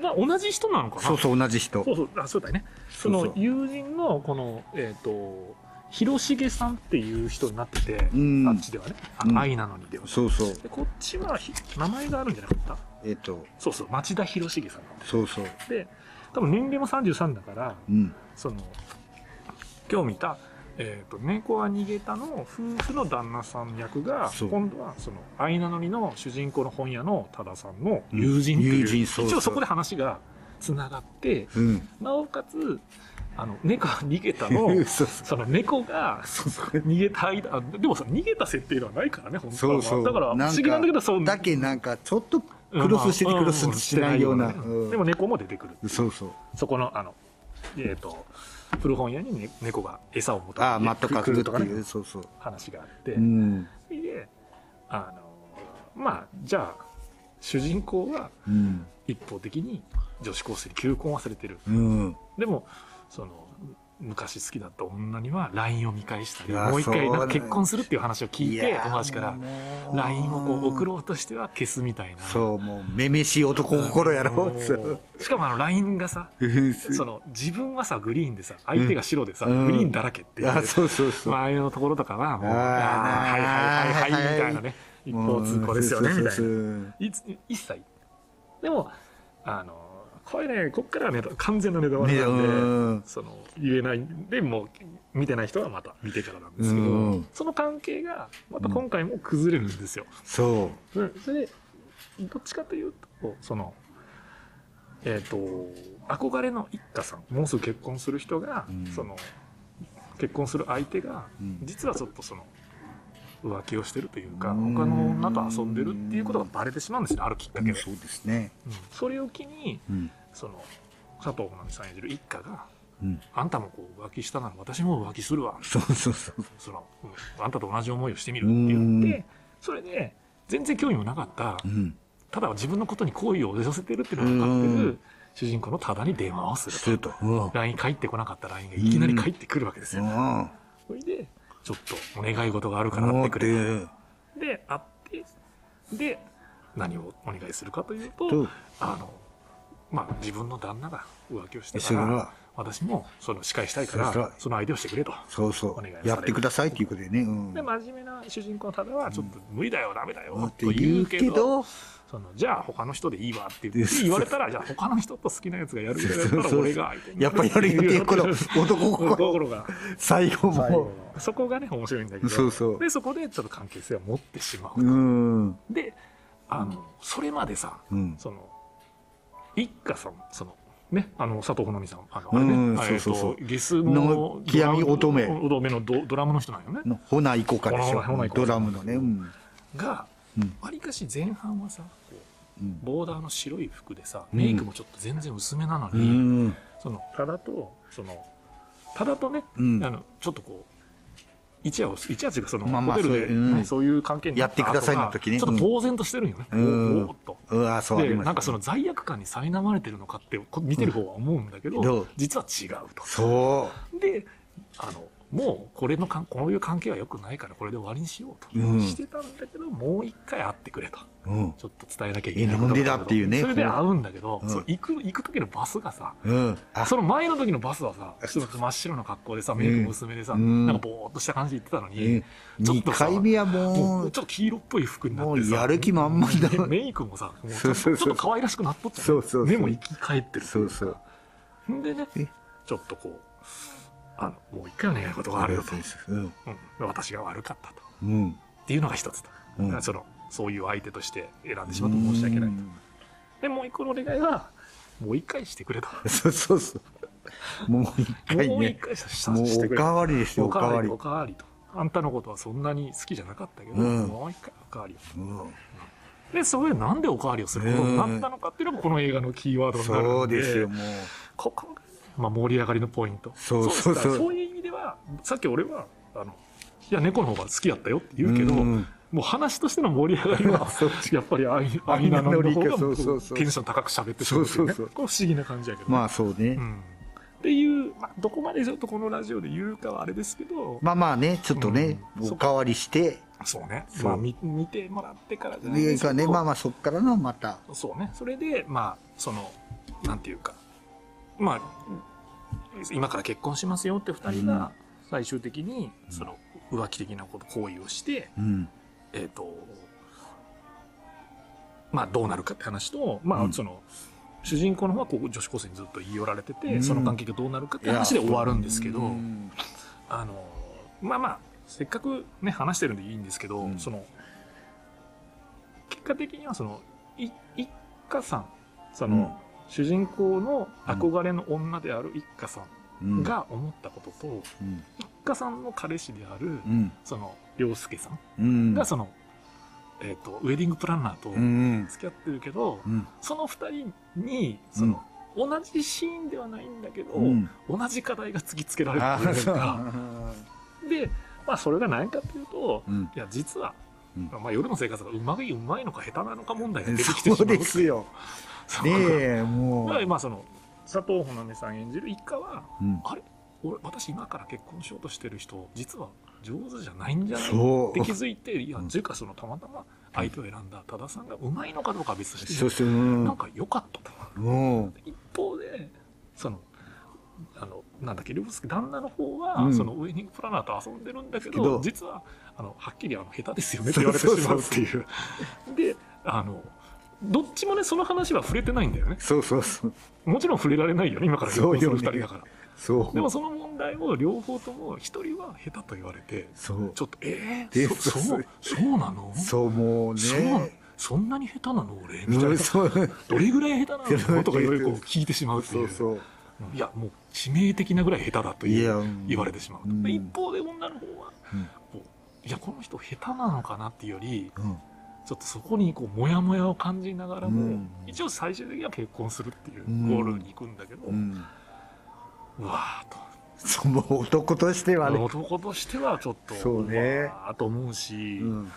Speaker 6: が同じ人なのかな
Speaker 7: そうそう同じ人
Speaker 6: そうそうあそうだよねそ
Speaker 7: そう
Speaker 6: の
Speaker 7: そう
Speaker 6: 友人のこのえっ、と広重さんっていう人になってて、
Speaker 7: うん
Speaker 6: あっちではね「あ
Speaker 7: うん
Speaker 6: 愛なのに」ではね
Speaker 7: そうそう
Speaker 6: でこっちはひ名前があるんじゃなかった
Speaker 7: えっと
Speaker 6: そうそう町田広重さんなんで
Speaker 7: そうそう
Speaker 6: で多分年齢も33だから
Speaker 7: うん
Speaker 6: その今日見た「えー、と猫は逃げた」の夫婦の旦那さん役が
Speaker 7: そう
Speaker 6: 今度はその「愛なのに」の主人公の本屋の多田さんの友人っていう、
Speaker 7: 友人そうそう
Speaker 6: 一応そこで話がつながって
Speaker 7: うん、
Speaker 6: なおかつ、あの、猫は逃げたの
Speaker 7: <laughs> そうそ
Speaker 6: その猫が、そうそう逃げた間、あでもさ、逃げた設定ではないからね、本当は。
Speaker 7: そうそう
Speaker 6: だから、不
Speaker 7: なんか
Speaker 6: 思議なんだけど、そうう、
Speaker 7: だけなんかちょっとクロスしてて
Speaker 6: うん
Speaker 7: クロスしないような
Speaker 6: うんしてでも猫も出てくる。
Speaker 7: うんそうそう
Speaker 6: そこの、あの、えっ、と、古本屋に、ね、猫が餌を求めて
Speaker 7: ああまたか
Speaker 6: 来
Speaker 7: 来
Speaker 6: る
Speaker 7: る
Speaker 6: と
Speaker 7: と
Speaker 6: か
Speaker 7: か
Speaker 6: ね
Speaker 7: い、うそうそう
Speaker 6: 話があって、
Speaker 7: うん
Speaker 6: で、あの、まあ、じゃあ、主人公は
Speaker 7: うん
Speaker 6: 一方的に女子高生に求婚はされてる。
Speaker 7: うん
Speaker 6: でもその昔好きだった女には LINE を見返したり
Speaker 7: いや
Speaker 6: もう一回なん
Speaker 7: そうだ
Speaker 6: か
Speaker 7: ね
Speaker 6: 結婚するっていう話を聞い
Speaker 7: い
Speaker 6: て
Speaker 7: やー
Speaker 6: 友達から
Speaker 7: もう
Speaker 6: LINE をこう送ろうとしては消すみたいな
Speaker 7: そうもうめめしい男心やろ
Speaker 6: もう
Speaker 7: そう
Speaker 6: しかもあの LINE がさその自分はさグリーンでさ相手が白でさ、
Speaker 7: うん
Speaker 6: グリーンだらけっていう、
Speaker 7: あそうそうそう、
Speaker 6: 周りのところとかはもう「
Speaker 7: あー
Speaker 6: あーはいはいはいはい」みたいなね一
Speaker 7: も
Speaker 6: 方
Speaker 7: う
Speaker 6: 通行ですよね
Speaker 7: そう
Speaker 6: み
Speaker 7: そ
Speaker 6: たい
Speaker 7: うそう
Speaker 6: な一一切でもあのこれねこっからはね完全なネタバレ
Speaker 7: ね
Speaker 6: なんで、
Speaker 7: うん
Speaker 6: その言えないでもう見てない人はまた見てからなんですけど、
Speaker 7: うん
Speaker 6: その関係がまた今回も崩れるんですよ。
Speaker 7: そう
Speaker 6: うんそれでどっちかというとそのえっ、と憧れの一家さんもうすぐ結婚する人が、
Speaker 7: うん
Speaker 6: その結婚する相手が、
Speaker 7: うん
Speaker 6: 実はちょっとその浮気をしてるというか、
Speaker 7: うん
Speaker 6: 他の女と遊んでるっていうことがバレてしまうんですねあるきっかけで、
Speaker 7: そうですね
Speaker 6: うんそれを機に
Speaker 7: うん
Speaker 6: その佐藤直美さん演じる一家が
Speaker 7: うん
Speaker 6: あんたもこう浮気したなら私も浮気するわ。
Speaker 7: そうそうそう
Speaker 6: その、うんあんたと同じ思いをしてみるって言っ
Speaker 7: うん
Speaker 6: て、それで、全然興味もなかった
Speaker 7: う、ん
Speaker 6: ただ自分のことに好意を寄せてるっていうのが分かって
Speaker 7: う
Speaker 6: る、主人公のただに電話をす
Speaker 7: す
Speaker 6: る
Speaker 7: る
Speaker 6: と。
Speaker 7: とうん
Speaker 6: LINE 帰ってこなかった LINE がいきなり帰ってくるわけですよ。それで、ちょっとお願い事があるから会ってくれ。で、会って、で、何をお願いするかというと、あの、まあ、自分の旦那が浮気をして
Speaker 7: そ
Speaker 6: か、
Speaker 7: れからら
Speaker 6: 私もその仕返したいか
Speaker 7: そうそう
Speaker 6: ら、その相手をしてくれと。
Speaker 7: そうそうやってくださいっていうことでねうん
Speaker 6: で真面目な主人公のただはちょっと無理だよ、ダメだ
Speaker 7: うんっ
Speaker 6: よ
Speaker 7: て
Speaker 6: と言
Speaker 7: 言
Speaker 6: う
Speaker 7: う
Speaker 6: け
Speaker 7: け
Speaker 6: ど
Speaker 7: ど
Speaker 6: そのじゃあ他の人でいいわって
Speaker 7: で
Speaker 6: 言って
Speaker 7: す
Speaker 6: 言われたらじゃあ他の人と好きなやつがやるぐらいだった
Speaker 7: そう
Speaker 6: ら
Speaker 7: そう
Speaker 6: 俺が相手に
Speaker 7: やっぱやるよ
Speaker 6: <laughs>
Speaker 7: ねこの男心
Speaker 6: 心が
Speaker 7: 最後も
Speaker 6: そこがね面白いんだけど
Speaker 7: そうそう
Speaker 6: でそこでちょっと関係性を持ってしまう、
Speaker 7: うん
Speaker 6: であのそれまでさ
Speaker 7: うん
Speaker 6: その一家さんそのねあの佐藤穂美さんあの、
Speaker 7: うん
Speaker 6: あれねえっ
Speaker 7: そうそう
Speaker 6: と
Speaker 7: そう
Speaker 6: ゲスの
Speaker 7: の極み乙女
Speaker 6: 乙女のドドラムの人なんよね
Speaker 7: のほないこかで
Speaker 6: ほ
Speaker 7: し
Speaker 6: なほなほな
Speaker 7: ょ
Speaker 6: いこ
Speaker 7: ドラムのねうん
Speaker 6: が
Speaker 7: うん
Speaker 6: わりかし前半はさこう
Speaker 7: うん
Speaker 6: ボーダーの白い服でさ
Speaker 7: うん
Speaker 6: メイクもちょっと全然薄めなの
Speaker 7: う
Speaker 6: に、
Speaker 7: ん
Speaker 6: そのただとそのただとね、
Speaker 7: うん
Speaker 6: あのちょっとこう一夜を一夜というかその、
Speaker 7: まあまあ
Speaker 6: ホテルで、
Speaker 7: そううん
Speaker 6: ねそういう関係にな
Speaker 7: やってくださいの時ね
Speaker 6: ちょっと当然としてるんよね、
Speaker 7: う
Speaker 6: うんおーっと。
Speaker 7: うわそうあ
Speaker 6: で
Speaker 7: りま
Speaker 6: なんか
Speaker 7: す
Speaker 6: その罪悪感に苛まれてるのかってこ見てる方は思うんだけど、
Speaker 7: うんどう
Speaker 6: 実は違うと。
Speaker 7: そ
Speaker 6: であのもうこれのかんこういう関係は良くないからこれで終わりにしようと、
Speaker 7: うん
Speaker 6: してたんだけどもう一回会ってくれと。
Speaker 7: ううん
Speaker 6: ちょっと伝えなきゃいけないことがあ
Speaker 7: え
Speaker 6: る
Speaker 7: なんでだっていうね
Speaker 6: それで会うんだけど、
Speaker 7: うん
Speaker 6: そう行く行く時のバスがさ
Speaker 7: うんあ
Speaker 6: その前の時のバスはさちょっと真っ白の格好でさメイクも薄めでさ、
Speaker 7: うん
Speaker 6: なんかぼーっとした感じで行ってたのに、
Speaker 7: え二回目はも
Speaker 6: も
Speaker 7: う
Speaker 6: うちょっと黄色っぽい服になって
Speaker 7: もう
Speaker 6: さ
Speaker 7: やる気満々だ
Speaker 6: ねメイクもさもうちょっと
Speaker 7: そうそうそう
Speaker 6: ちょっと可愛らしくなっとったよ
Speaker 7: そうそうそう
Speaker 6: 目も生き返ってる
Speaker 7: そうそうん
Speaker 6: でね
Speaker 7: え
Speaker 6: ちょっとこうあのもう一回お願い事があるよと、
Speaker 7: うん
Speaker 6: うん私が悪かったと
Speaker 7: うん
Speaker 6: っていうのが一つだ,、
Speaker 7: うん
Speaker 6: だからそのそういう相手として選んでしまって申し訳ないと。で、もう一個のお願いは、もう一回してくれと。
Speaker 7: そうそうそう。もう一回
Speaker 6: もう一
Speaker 7: ね。
Speaker 6: 回さし
Speaker 7: もう
Speaker 6: して
Speaker 7: お
Speaker 6: くれと
Speaker 7: かわりですよ、お
Speaker 6: お
Speaker 7: か
Speaker 6: かわ
Speaker 7: わり
Speaker 6: り、お。かわりと。あんたのことはそんなに好きじゃなかったけど、
Speaker 7: うん
Speaker 6: もう一回おかわりを。
Speaker 7: うん
Speaker 6: で、それでなんでおかわりをすることになったのかっていうのが、この映画のキーワードになるんで。
Speaker 7: そうですよ、もう。
Speaker 6: ここが、まあ、盛り上がりのポイント。
Speaker 7: そうそうそう
Speaker 6: だからそういう意味では、さっき俺は、あの、いや、猫の方が好きだったよって言うけど、
Speaker 7: うん
Speaker 6: もう話としての盛り上がり
Speaker 7: <laughs>
Speaker 6: は
Speaker 7: そう
Speaker 6: やっぱりアイアイナの方が
Speaker 7: そうそうそう
Speaker 6: テンション高く喋ってしまうってい
Speaker 7: そうそうそう
Speaker 6: ね、これ不思議な感じやけど、
Speaker 7: まあそうね、
Speaker 6: うん、っていう、まあ、どこまでちょっとこのラジオで言うかはあれですけど、
Speaker 7: まあまあねちょっとね、
Speaker 6: うん
Speaker 7: おかわりして
Speaker 6: そうね
Speaker 7: そう
Speaker 6: まあ、見見てもらってからじゃないで
Speaker 7: です
Speaker 6: け
Speaker 7: か
Speaker 6: ど
Speaker 7: ねまあまあそっからのまた
Speaker 6: そうねそれでまあそのなんていうかまあ今から結婚しますよって2人が最終的にその浮気的なこと行為をして、
Speaker 7: うん
Speaker 6: えっ、とまあどうなるかって話とま
Speaker 7: う
Speaker 6: あ
Speaker 7: ん
Speaker 6: その、主人公の方はこう女子高生にずっと言い寄られてて、
Speaker 7: うん
Speaker 6: その関係がどうなるかっ
Speaker 7: い
Speaker 6: て
Speaker 7: や
Speaker 6: 話で終わるんですけど、
Speaker 7: うん
Speaker 6: あのまあまあせっかくね話してるんでいいんですけど、
Speaker 7: うん
Speaker 6: その結果的にはそのい一家さんその、
Speaker 7: うん
Speaker 6: 主人公の憧れの女である一家さ
Speaker 7: うん
Speaker 6: んが思ったことと、
Speaker 7: うん
Speaker 6: 一家さんの彼氏である、
Speaker 7: うん
Speaker 6: その涼介さん
Speaker 7: うん
Speaker 6: がその、えー、とウェディングプランナーと
Speaker 7: うん
Speaker 6: 付き合ってるけど、
Speaker 7: うん
Speaker 6: その二人にその、同じシーンではないんだけど、
Speaker 7: うん
Speaker 6: 同じ課題が突きつけられ
Speaker 7: あ
Speaker 6: るという
Speaker 7: そう
Speaker 6: か。で、まあ、それが何かというと、
Speaker 7: うん
Speaker 6: いや実は、
Speaker 7: うん
Speaker 6: まあ、夜の生活がうまいうまいのか下手なのか問題が出てきてしま
Speaker 7: そううですよ
Speaker 6: そう
Speaker 7: ねえも
Speaker 6: だから
Speaker 7: う
Speaker 6: まあその佐藤穂波さん演じる一家は
Speaker 7: うん
Speaker 6: あれ俺私今から結婚しようとしてる人実は上手じゃないんじゃない
Speaker 7: そう
Speaker 6: って気づいていや
Speaker 7: うん
Speaker 6: ていうかそのたまたま相手を選んだ多田さんがうまいのかどうかは別として
Speaker 7: そうそううん
Speaker 6: なんか良かったと
Speaker 7: も
Speaker 6: 一方でそのあのなんだっけ涼介旦那の方は、
Speaker 7: うん
Speaker 6: そのウェディングプランナーと遊んでるんだけど
Speaker 7: けど
Speaker 6: 実はあのはっきりあの下手ですよねって言われてしまうっていう
Speaker 7: そう
Speaker 6: であのどっちもねその話は触れてないんだよね
Speaker 7: うそうそうそう
Speaker 6: もちろん触れられないよね今から結婚する2人だから、
Speaker 7: そう
Speaker 6: でもその問題を両方とも一人は下手と言われて
Speaker 7: そう
Speaker 6: ちょっとえ
Speaker 7: で
Speaker 6: ー、そ
Speaker 7: そう
Speaker 6: そうそうなの
Speaker 7: そうもう
Speaker 6: そう
Speaker 7: ね
Speaker 6: そんなに下手なの俺みたい
Speaker 7: うん
Speaker 6: な
Speaker 7: そう
Speaker 6: どれぐらい下手なのとかいろいろこう聞いてしまうってい
Speaker 7: そううそう
Speaker 6: いやもう致命的なぐらい下手だと
Speaker 7: い
Speaker 6: い
Speaker 7: や
Speaker 6: う
Speaker 7: うん
Speaker 6: 言われてしまうと、
Speaker 7: うん
Speaker 6: 一方で女の方は、
Speaker 7: うん
Speaker 6: こういやこの人下手なのかなっていうより
Speaker 7: うん
Speaker 6: ちょっとそこにこうモヤモヤを感じながらも、
Speaker 7: うん
Speaker 6: 一応最終的には結婚するっていう
Speaker 7: うん
Speaker 6: ゴールに行くんだけど、う
Speaker 7: うん
Speaker 6: わーと
Speaker 7: そうもう男としてはね
Speaker 6: 男としてはちょっと
Speaker 7: そうね
Speaker 6: わーと思うし、
Speaker 7: うん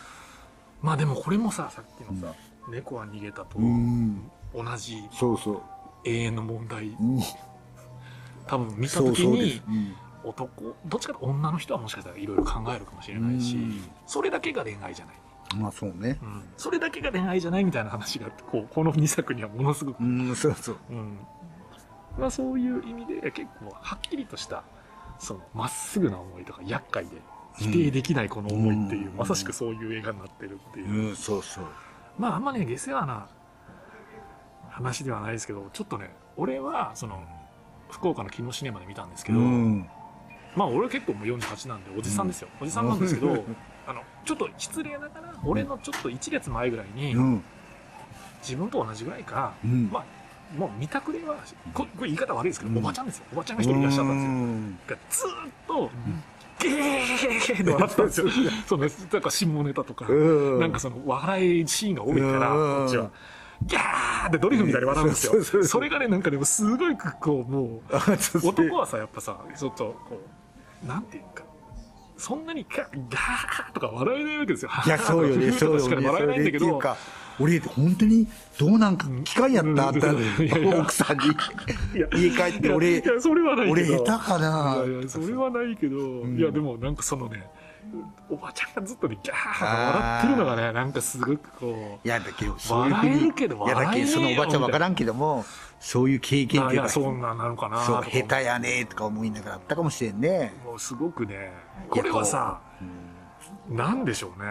Speaker 6: まあでもこれもささっきのさ、猫は逃げたと
Speaker 7: うん
Speaker 6: 同じ
Speaker 7: そうそう
Speaker 6: 永遠の問題
Speaker 7: うん
Speaker 6: 多分見た
Speaker 7: そう
Speaker 6: 時
Speaker 7: そうです
Speaker 6: に
Speaker 7: うん
Speaker 6: 男どっちかというと女の人はもしかしたらいろいろ考えるかもしれないし、
Speaker 7: うん
Speaker 6: それだけが恋愛じゃない、
Speaker 7: まあそうね
Speaker 6: うん、それだけが恋愛じゃないみたいな話があってこうこの2作にはものすごく、
Speaker 7: うんそうそう
Speaker 6: うんまあ、そういう意味で結構はっきりとしたそのまっすぐな思いとか厄介で否定できないこの思いっていう、
Speaker 7: うん
Speaker 6: まさしくそういう映画になってるっていう、
Speaker 7: うんそうそう
Speaker 6: まああんまね下世話な話ではないですけどちょっとね俺はその福岡の木のシネマで見たんですけ
Speaker 7: う
Speaker 6: ど、
Speaker 7: ん
Speaker 6: まあ俺結構もう48なんでおじさんですよ、おじさんなんですけどあのちょっと失礼ながら俺のちょっと1列前ぐらいに
Speaker 7: うん
Speaker 6: 自分と同じぐらいか
Speaker 7: うん
Speaker 6: まもう見たくれはここれ言い方悪いですけど、
Speaker 7: うん
Speaker 6: おばちゃんですよおばちゃんが一人いらっしゃったんですよがずーっとゲーって笑ってたんですよ <laughs> そのなんか下ネタとか、
Speaker 7: うん
Speaker 6: なんかその笑いシーンが多いから
Speaker 7: う
Speaker 6: こ
Speaker 7: ん
Speaker 6: っちは。ギャーってドリフみたいに笑うんです
Speaker 7: そうそうそ
Speaker 6: よ。
Speaker 7: う
Speaker 6: それがね、なんかでもすごいこう、もう、
Speaker 7: あそうそう
Speaker 6: 男はさやっぱさちょっとこうなんていうかそんなにガガーとか笑えないわけですよ。
Speaker 7: いやそうよ
Speaker 6: <laughs> ふ
Speaker 7: ね
Speaker 6: ー
Speaker 7: そ
Speaker 6: と
Speaker 7: う
Speaker 6: かしか
Speaker 7: よね
Speaker 6: 笑えないんだけ
Speaker 7: それでっていう
Speaker 6: ど。
Speaker 7: か俺本当にどうなんか機械やった
Speaker 6: う
Speaker 7: っ
Speaker 6: ん
Speaker 7: てあ
Speaker 6: いやい
Speaker 7: る
Speaker 6: や
Speaker 7: 奥さんに
Speaker 6: いや
Speaker 7: 家帰って
Speaker 6: い
Speaker 7: 俺
Speaker 6: やいやそれはないけど。
Speaker 7: 俺下手かない
Speaker 6: やいやそれはないけど、
Speaker 7: ん
Speaker 6: いやでもなんかそのねおばちゃんがずっとねギャーと笑ってるのがねなんかすごくこう。
Speaker 7: いやだけどそういうふう
Speaker 6: 笑える
Speaker 7: に
Speaker 6: けど
Speaker 7: いやだ
Speaker 6: 笑え
Speaker 7: け
Speaker 6: ね
Speaker 7: ど
Speaker 6: えよ
Speaker 7: そのおばちゃん分からんけどもそういう経験っ
Speaker 6: あ
Speaker 7: て
Speaker 6: い
Speaker 7: いう
Speaker 6: や
Speaker 7: か
Speaker 6: そんななのかな
Speaker 7: そう
Speaker 6: とか
Speaker 7: 下手やねとか思いながらあったかもしれんね
Speaker 6: もうすごくねこれはさなんでしょうね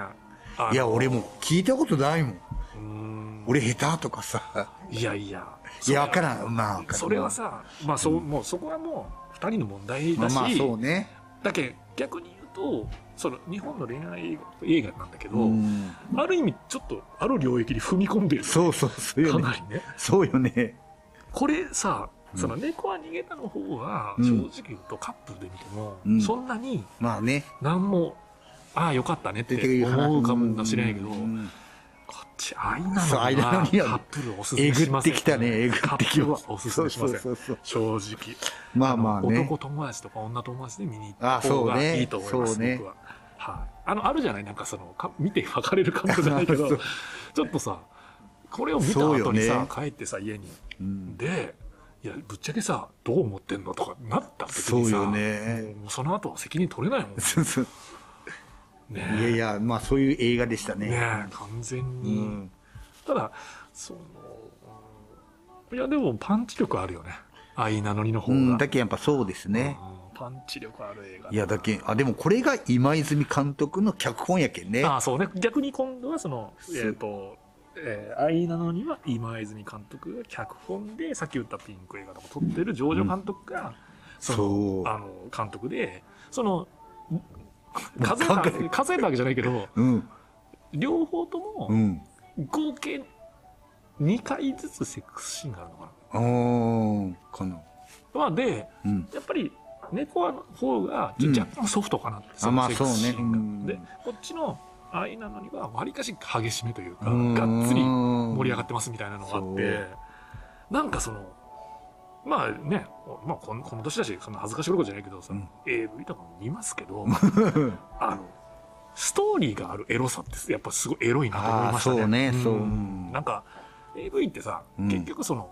Speaker 6: あの
Speaker 7: いや俺も聞いたことないもん
Speaker 6: うーん
Speaker 7: 俺下手とかさ
Speaker 6: いやいや
Speaker 7: いや分からんまあ分からん
Speaker 6: それはさ、まあそうもうそこはもう2人の問題
Speaker 7: まあ
Speaker 6: だし、
Speaker 7: まあそうね
Speaker 6: だけど逆に言うとその日本の恋愛映画映画なんだけど、
Speaker 7: うん
Speaker 6: ある意味ちょっとある領域に踏み込んでるよ
Speaker 7: そうそうそうよ
Speaker 6: か
Speaker 7: ね
Speaker 6: なりね。
Speaker 7: そうよね
Speaker 6: これさその猫は逃げたの方は
Speaker 7: うん
Speaker 6: 正直言うとカップルで見ても、
Speaker 7: うん
Speaker 6: そんなに
Speaker 7: まあね
Speaker 6: 何もああよかったねっ
Speaker 7: 出てくる
Speaker 6: て
Speaker 7: 話
Speaker 6: 思うかもしれないけど、
Speaker 7: うん
Speaker 6: こっち愛な
Speaker 7: そう愛なの
Speaker 6: の
Speaker 7: に
Speaker 6: に
Speaker 7: は
Speaker 6: はカップルおすす
Speaker 7: え
Speaker 6: め
Speaker 7: ぐ
Speaker 6: しま
Speaker 7: っ
Speaker 6: せ
Speaker 7: て
Speaker 6: ん
Speaker 7: きたねえぐ
Speaker 6: カ
Speaker 7: って
Speaker 6: ッ
Speaker 7: き
Speaker 6: プル
Speaker 7: ま
Speaker 6: は
Speaker 7: す
Speaker 6: おすすめしません
Speaker 7: そうそうそう
Speaker 6: 正直
Speaker 7: まあまあね
Speaker 6: の男友達とか女友達で見に行った
Speaker 7: あそ
Speaker 6: 方
Speaker 7: う
Speaker 6: が
Speaker 7: ね
Speaker 6: いいと思います、
Speaker 7: そうね
Speaker 6: 僕ははい、あのあるじゃないなんかそのか見て別れる感覚じゃないけど
Speaker 7: <laughs> そう
Speaker 6: ちょっとさこれを見た
Speaker 7: そうよ
Speaker 6: 後に
Speaker 7: ね
Speaker 6: さ、帰ってさ家に
Speaker 7: うん
Speaker 6: でいやぶっちゃけさどう思ってんのとかなった時
Speaker 7: そ
Speaker 6: に
Speaker 7: う
Speaker 6: さ
Speaker 7: よね
Speaker 6: もうその後は責任取れないもんね
Speaker 7: そうそう <laughs> いやいやまあそういう映画でしたね
Speaker 6: ねえ完全
Speaker 7: う
Speaker 6: に、
Speaker 7: ん、
Speaker 6: ただそのいやでもパンチ力あるよね愛なのにの方
Speaker 7: う
Speaker 6: が、
Speaker 7: ん、だけやっぱそうですね、
Speaker 6: うんパンチ力ある映画
Speaker 7: いやだけあでもこれが今泉監督の脚本やけんね
Speaker 6: ああそうね逆に今度はそのえっ、
Speaker 7: そう
Speaker 6: とえー、愛なのには今泉監督が脚本でさっき言ったピンク映画とか撮ってるジョージョ監督が、その
Speaker 7: そう
Speaker 6: あの監督でその
Speaker 7: う
Speaker 6: 数えた
Speaker 7: 考え
Speaker 6: 数えたわけじゃないけど
Speaker 7: うん
Speaker 6: 両方と
Speaker 7: う
Speaker 6: も
Speaker 7: ん
Speaker 6: 合計2回ずつセックスシーンがあるのか
Speaker 7: あーかな
Speaker 6: な、まあ、で
Speaker 7: うん
Speaker 6: やっぱり猫の方がちょ
Speaker 7: うん
Speaker 6: 若干ソフトかなって、
Speaker 7: あまあ
Speaker 6: セックスシーンが
Speaker 7: そうねうん
Speaker 6: でこっちの愛なのにはわりかし激しめというか
Speaker 7: うん
Speaker 6: がっつり盛り上がってますみたいなのがあっ
Speaker 7: そ
Speaker 6: てなんかそのまあね、まあ、このこの年だしそんな恥ずかしいことじゃないけどさ、
Speaker 7: うん
Speaker 6: AV とかも見ますけ
Speaker 7: <laughs>
Speaker 6: どあのストーリーがあるエロさってやっぱすごいエロいなと思い
Speaker 7: ああ
Speaker 6: ました
Speaker 7: そう
Speaker 6: ね。
Speaker 7: ねそう、
Speaker 6: うんなんか AV ってさ、
Speaker 7: うん
Speaker 6: 結局その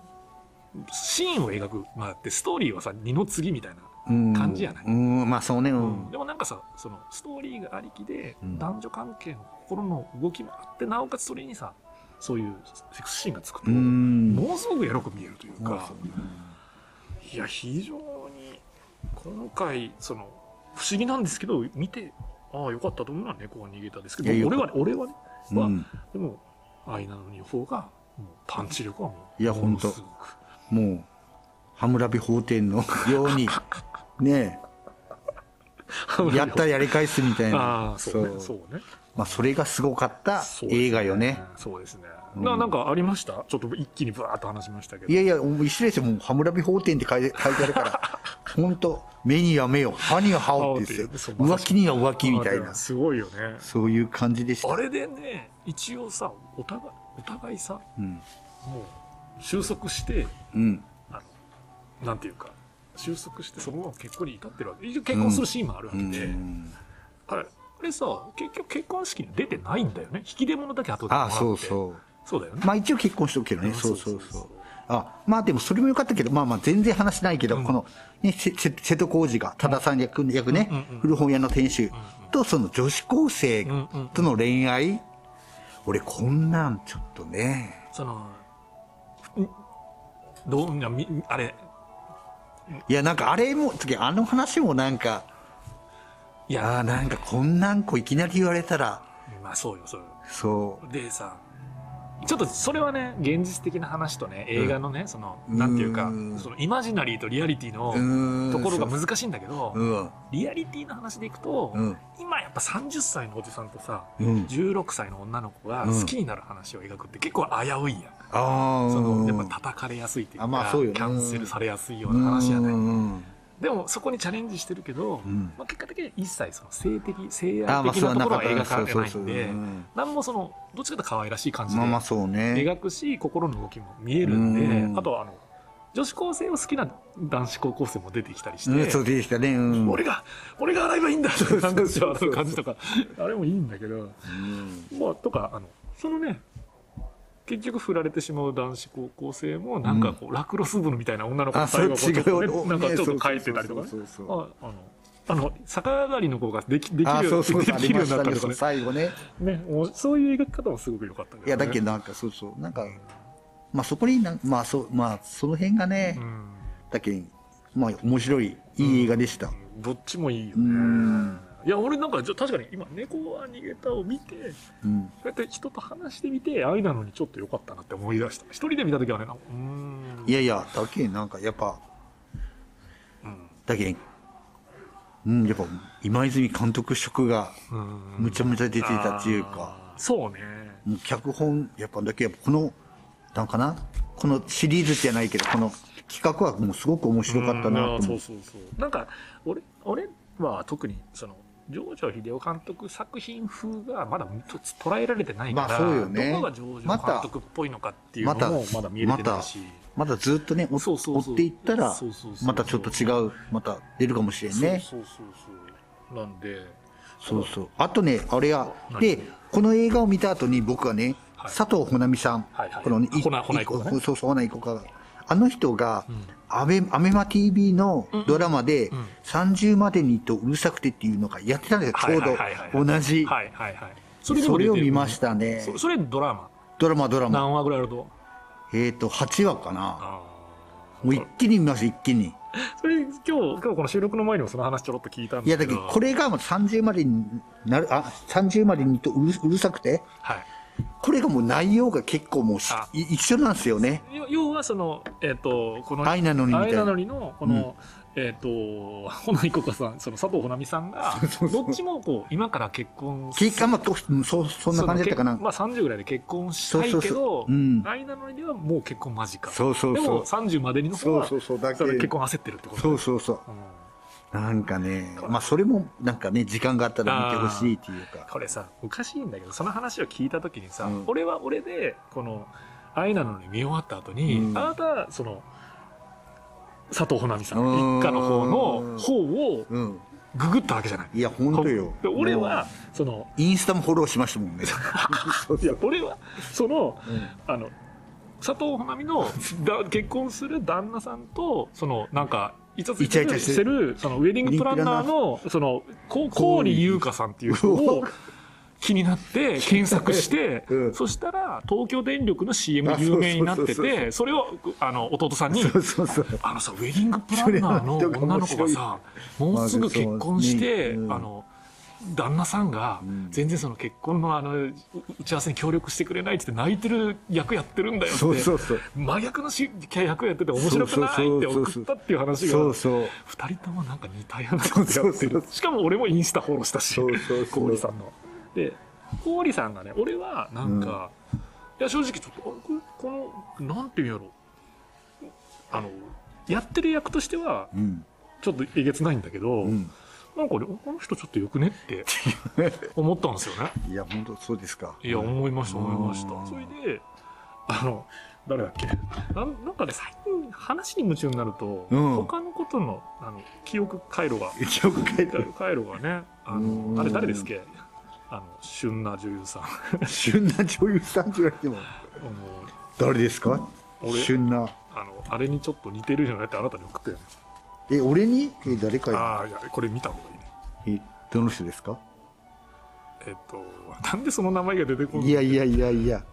Speaker 6: シーンを描く、まあ、ってストーリーはさ二の次みたいな
Speaker 7: うん
Speaker 6: 感じやない
Speaker 7: うんまあそうねう
Speaker 6: うん
Speaker 7: ん、
Speaker 6: でもなんかさそのストーリーがありきで、
Speaker 7: うん
Speaker 6: 男女関係の心の動きもあってなおかつそれにさそういうセクスシーンがつくと、
Speaker 7: うん
Speaker 6: ものすごくエロく見えるというか、
Speaker 7: う
Speaker 6: いや非常に今回その不思議なんですけど見てああよかったと思うのは猫が逃げたですけ
Speaker 7: いや
Speaker 6: ど俺
Speaker 7: よか
Speaker 6: はね俺はね、
Speaker 7: ん
Speaker 6: まあでも愛なのに方がもうパンチ力はもうい
Speaker 7: いやほんともうハムラビ
Speaker 6: <laughs>
Speaker 7: 法典のようにねえやったらやり返すみたい
Speaker 6: あ
Speaker 7: な
Speaker 6: あそうねそうね
Speaker 7: まあ、それがすごかった
Speaker 6: そうです
Speaker 7: 映画よね。
Speaker 6: そうですね、
Speaker 7: うん
Speaker 6: ななんかありましたちょっと一気にブワーっと話しましたけど
Speaker 7: いやいや、もう一緒ですよ。もう、ハムラビ法典って書いて <laughs> 書いてあるから、本当目には目を、歯には歯をってですよ。
Speaker 6: そうま
Speaker 7: 浮
Speaker 6: さしく
Speaker 7: 気には浮気みたい
Speaker 6: あ
Speaker 7: な、
Speaker 6: すごいよね
Speaker 7: そういう感じでした。
Speaker 6: あれでね一応さお互いお互いさ
Speaker 7: うん。
Speaker 6: もう収束して
Speaker 7: うん。
Speaker 6: なんていうか収束してそのまま結婚に至ってるわけ一応結婚するシーンもあるわ
Speaker 7: う
Speaker 6: けで、
Speaker 7: ん。
Speaker 6: あれあれさ結局結婚式に出てないんだよね引き出物だけ後でもら
Speaker 7: あ
Speaker 6: っ
Speaker 7: あ、
Speaker 6: て
Speaker 7: そうそう。
Speaker 6: そうだよね、
Speaker 7: まあ一応結婚しとくけどね。そうそうそう。あまあでもそれも良かったけど、まあまあ全然話しないけど、
Speaker 6: うん
Speaker 7: この、ね、せせ瀬戸康史が多田さん役,、役ね、
Speaker 6: うんうんうん
Speaker 7: 古本屋の店主とその女子高生
Speaker 6: うんうんうん
Speaker 7: との恋愛、俺こんなんちょっとね、
Speaker 6: そのんどういやみあれ
Speaker 7: いやなんかあれも、次あの話もなんか、
Speaker 6: いや
Speaker 7: ああなんかこんなん子いきなり言われたら、
Speaker 6: まあそうよそうよ
Speaker 7: そ
Speaker 6: でさちょっとそれはね現実的な話とね映画のね、そのなんていうか
Speaker 7: うん
Speaker 6: そのイマジナリーとリアリティ
Speaker 7: う、う
Speaker 6: の
Speaker 7: ーん。
Speaker 6: ところが難しいんだけど、
Speaker 7: うん。
Speaker 6: リアリティの話でいくと、
Speaker 7: うん。
Speaker 6: 今やっぱ30歳のおじさんとさ
Speaker 7: うん。
Speaker 6: 16歳の女の子が
Speaker 7: うん
Speaker 6: 好きになる話を描くって結構危ういやん、
Speaker 7: ああ。
Speaker 6: そのやっぱ叩かれやすいというか
Speaker 7: あまあそうよね
Speaker 6: キャンセルされやすいよ
Speaker 7: う
Speaker 6: うなん話やね、
Speaker 7: うん。
Speaker 6: でもそこにチャレンジしてるけど、
Speaker 7: うん
Speaker 6: まあ、結果的には一切その性的性
Speaker 7: ああ、
Speaker 6: 愛
Speaker 7: まあ
Speaker 6: 的
Speaker 7: そう
Speaker 6: なところ
Speaker 7: かっ
Speaker 6: は
Speaker 7: た
Speaker 6: 描かれない
Speaker 7: そ
Speaker 6: ん
Speaker 7: うそうそう
Speaker 6: で
Speaker 7: うん
Speaker 6: なんもそのどっちかというと可愛らしい感じで
Speaker 7: まあまあそうね。
Speaker 6: 描くし心の動きも見えるんで、
Speaker 7: うん
Speaker 6: あとはあの女子高生を好きな男子高校生も出てきたりして、
Speaker 7: うん、そうでしたね。うん、
Speaker 6: 俺が俺が洗えばいいんだとかなんかそういう感じとかあれもいいんだけど
Speaker 7: うん
Speaker 6: まあとかあのそのね結局振られてしまう男子高校生もなんかこう、ラクロス部みたいな女の子が
Speaker 7: あ、そ
Speaker 6: 最後
Speaker 7: っ
Speaker 6: はこう
Speaker 7: ち
Speaker 6: ちょっ
Speaker 7: が
Speaker 6: と、
Speaker 7: 俺、
Speaker 6: ね、なんかちょっと帰ってたりとかね
Speaker 7: そうそうそうそう
Speaker 6: ああのあの逆上がりの子ができでき
Speaker 7: あ、
Speaker 6: るよ
Speaker 7: そう
Speaker 6: う
Speaker 7: そう、
Speaker 6: で
Speaker 7: あ
Speaker 6: き
Speaker 7: り
Speaker 6: るようにな
Speaker 7: まし
Speaker 6: ったた
Speaker 7: ね
Speaker 6: り
Speaker 7: そ
Speaker 6: と
Speaker 7: の
Speaker 6: か
Speaker 7: 最後ね。
Speaker 6: ねねもうそういう描き方もすごく良かったけど、ね、
Speaker 7: いや、だけどなんか、そうそう、なんか、まあそこになん、まあそう、まあその辺がね、
Speaker 6: うん
Speaker 7: だけど、まあ面白い、いい映画でした。
Speaker 6: どっちもいいよ
Speaker 7: う
Speaker 6: ね
Speaker 7: ん
Speaker 6: いや俺なんかじゃ確かに今「猫は逃げた」を見て
Speaker 7: うん。
Speaker 6: そうやって人と話してみて愛なのにちょっと良かったなって思い出した一人で見た時はねなんかうーん
Speaker 7: いやいや、だけどなんか、やっぱ、
Speaker 6: うん
Speaker 7: だけど、うん、やっぱ、今泉監督色が
Speaker 6: うん
Speaker 7: むちゃむちゃ出てたっていうか、
Speaker 6: あーそうね
Speaker 7: もう脚本、やっぱだけ、やっぱこの、なんかな、このシリーズじゃないけど、この企画はもうすごく面白かったなと
Speaker 6: うんあーそ
Speaker 7: 思
Speaker 6: う
Speaker 7: う。
Speaker 6: そうそうなんか俺俺は特にその上場秀夫監督作品風がまだと捉えられてないから、
Speaker 7: まあそうよね
Speaker 6: どこが上場監督っぽいのかっていうのもまだ見えてないし、
Speaker 7: まだずっとね、お
Speaker 6: そうそうそう
Speaker 7: 追っていったら
Speaker 6: そうそう、そう
Speaker 7: またちょっと違う、また出るかもしれんね。
Speaker 6: そうそうそうそうなんで
Speaker 7: そうそうあとねあれやでこの映画を見た後に僕はね、佐藤穂奈美さん、
Speaker 6: はいはい
Speaker 7: このね
Speaker 6: ほなほないこね
Speaker 7: そうそうほないこかあの人が、アベアメマ TV のドラマで、30までにとうるさくてっていうのがやってたんですよ、ちょう
Speaker 6: はいはいはいは
Speaker 7: ど
Speaker 6: い
Speaker 7: 同じ、
Speaker 6: はいはいはい。そでも
Speaker 7: そ
Speaker 6: 出
Speaker 7: れ
Speaker 6: て
Speaker 7: を
Speaker 6: る
Speaker 7: 見ましたね
Speaker 6: そそれドラマ。
Speaker 7: ドラマドラマ
Speaker 6: 何話ぐらいあると
Speaker 7: えっ、と8話かな
Speaker 6: あ
Speaker 7: もう一気に見ました一気に
Speaker 6: ーそれ今日、今日この収録の前にもその話ちょろっと聞いたん
Speaker 7: い
Speaker 6: で
Speaker 7: や
Speaker 6: すけ
Speaker 7: だ
Speaker 6: ど。
Speaker 7: けどこれがもう30までになるあ30までにとうるうるさくて
Speaker 6: はい。
Speaker 7: これがもう内容が結構もうし
Speaker 6: あ
Speaker 7: い一緒なんですよね
Speaker 6: 要要はその、えっ、と、この、
Speaker 7: 愛なのにみた
Speaker 6: 愛
Speaker 7: い
Speaker 6: なの
Speaker 7: な
Speaker 6: にの、この、えっ、と、ほないこかさん、その佐藤ほなみさんが、どっちもこう、今から結婚す
Speaker 7: 結果まあこうんそうそんな感じだったかな
Speaker 6: そのけまあ30ぐらいで結婚したい
Speaker 7: そう
Speaker 6: け
Speaker 7: そう
Speaker 6: ど
Speaker 7: そ、ううん
Speaker 6: 愛なのにではもう結婚間近。
Speaker 7: そうそう
Speaker 6: で
Speaker 7: そう
Speaker 6: も30までにの方
Speaker 7: そう
Speaker 6: は、
Speaker 7: そうそうだけ
Speaker 6: それ結婚焦ってるってこと
Speaker 7: そうそうそう
Speaker 6: うん
Speaker 7: なんかねまあそれもなんかね時間があったら見てほしいっていうか
Speaker 6: これさおかしいんだけどその話を聞いた時にさ、
Speaker 7: うん
Speaker 6: 俺は俺でこの「愛なのに」見終わった後に、
Speaker 7: うん
Speaker 6: あなたその佐藤穂波さん
Speaker 7: うん
Speaker 6: 一家の方の方を
Speaker 7: うん
Speaker 6: ググったわけじゃない。
Speaker 7: いや本当よ
Speaker 6: で俺は
Speaker 7: も
Speaker 6: その
Speaker 7: うインスタもフォローしましたもんねそう
Speaker 6: い
Speaker 7: そ
Speaker 6: や
Speaker 7: う
Speaker 6: 俺はその
Speaker 7: うん
Speaker 6: あの佐藤穂波のだ結婚する旦那さんとそのなんか。いつつ
Speaker 7: イチャイチャして
Speaker 6: してるそのウェディングプランナーのそのこ郡優香さんっていう人を気になって検索して、
Speaker 7: うん
Speaker 6: そしたら東京電力の CM
Speaker 7: あそうそう
Speaker 6: 有名になって
Speaker 7: そうそ
Speaker 6: てそれをあの弟さんに
Speaker 7: そうそうそう
Speaker 6: あのさウェディングプランナーの
Speaker 7: それは
Speaker 6: 女の子がさもうすぐ結婚して、
Speaker 7: まあそうねうん
Speaker 6: あの旦那さんが
Speaker 7: ん
Speaker 6: 全然その結婚のあのう打ち合わせに協力してくれないって言って泣いてる役やってるんだよって
Speaker 7: そうそうそう
Speaker 6: 真逆のし役やってて面白くないって送ったっていう話が
Speaker 7: そうそう
Speaker 6: 二人ともなんか似たようなことやって
Speaker 7: そうそう
Speaker 6: るしかも俺もインスタフォローしたし
Speaker 7: そうそうそう
Speaker 6: 氷さんので氷さんがね俺はなんか、いや正直ちょっとあここのなんていうんやろあのやってる役としては
Speaker 7: うん
Speaker 6: ちょっとえげつないんだけど、
Speaker 7: うん
Speaker 6: なんか俺この人ちょっとよくねって思ったんですよね
Speaker 7: いや本当そうですか
Speaker 6: いや思いました思いまし
Speaker 7: うん
Speaker 6: たそれであの誰だっけなんなんかね最近話に夢中になると、
Speaker 7: うん
Speaker 6: 他のことのあの記憶回路が
Speaker 7: よく書いてある
Speaker 6: カエロがね、あの、
Speaker 7: うん
Speaker 6: あれ誰ですっけあの、旬な女優さん。
Speaker 7: 旬な女優さんって言われても
Speaker 6: あの
Speaker 7: 誰ですか
Speaker 6: 俺
Speaker 7: 旬な
Speaker 6: あの、あれにちょっと似てるじゃないってあなたに送ったよね。
Speaker 7: え俺にえ誰か
Speaker 6: ああ、いや、これ見た方がいいね。
Speaker 7: えどの人ですか
Speaker 6: えっと、なんでその名前が出てこない
Speaker 7: いやいやいやいや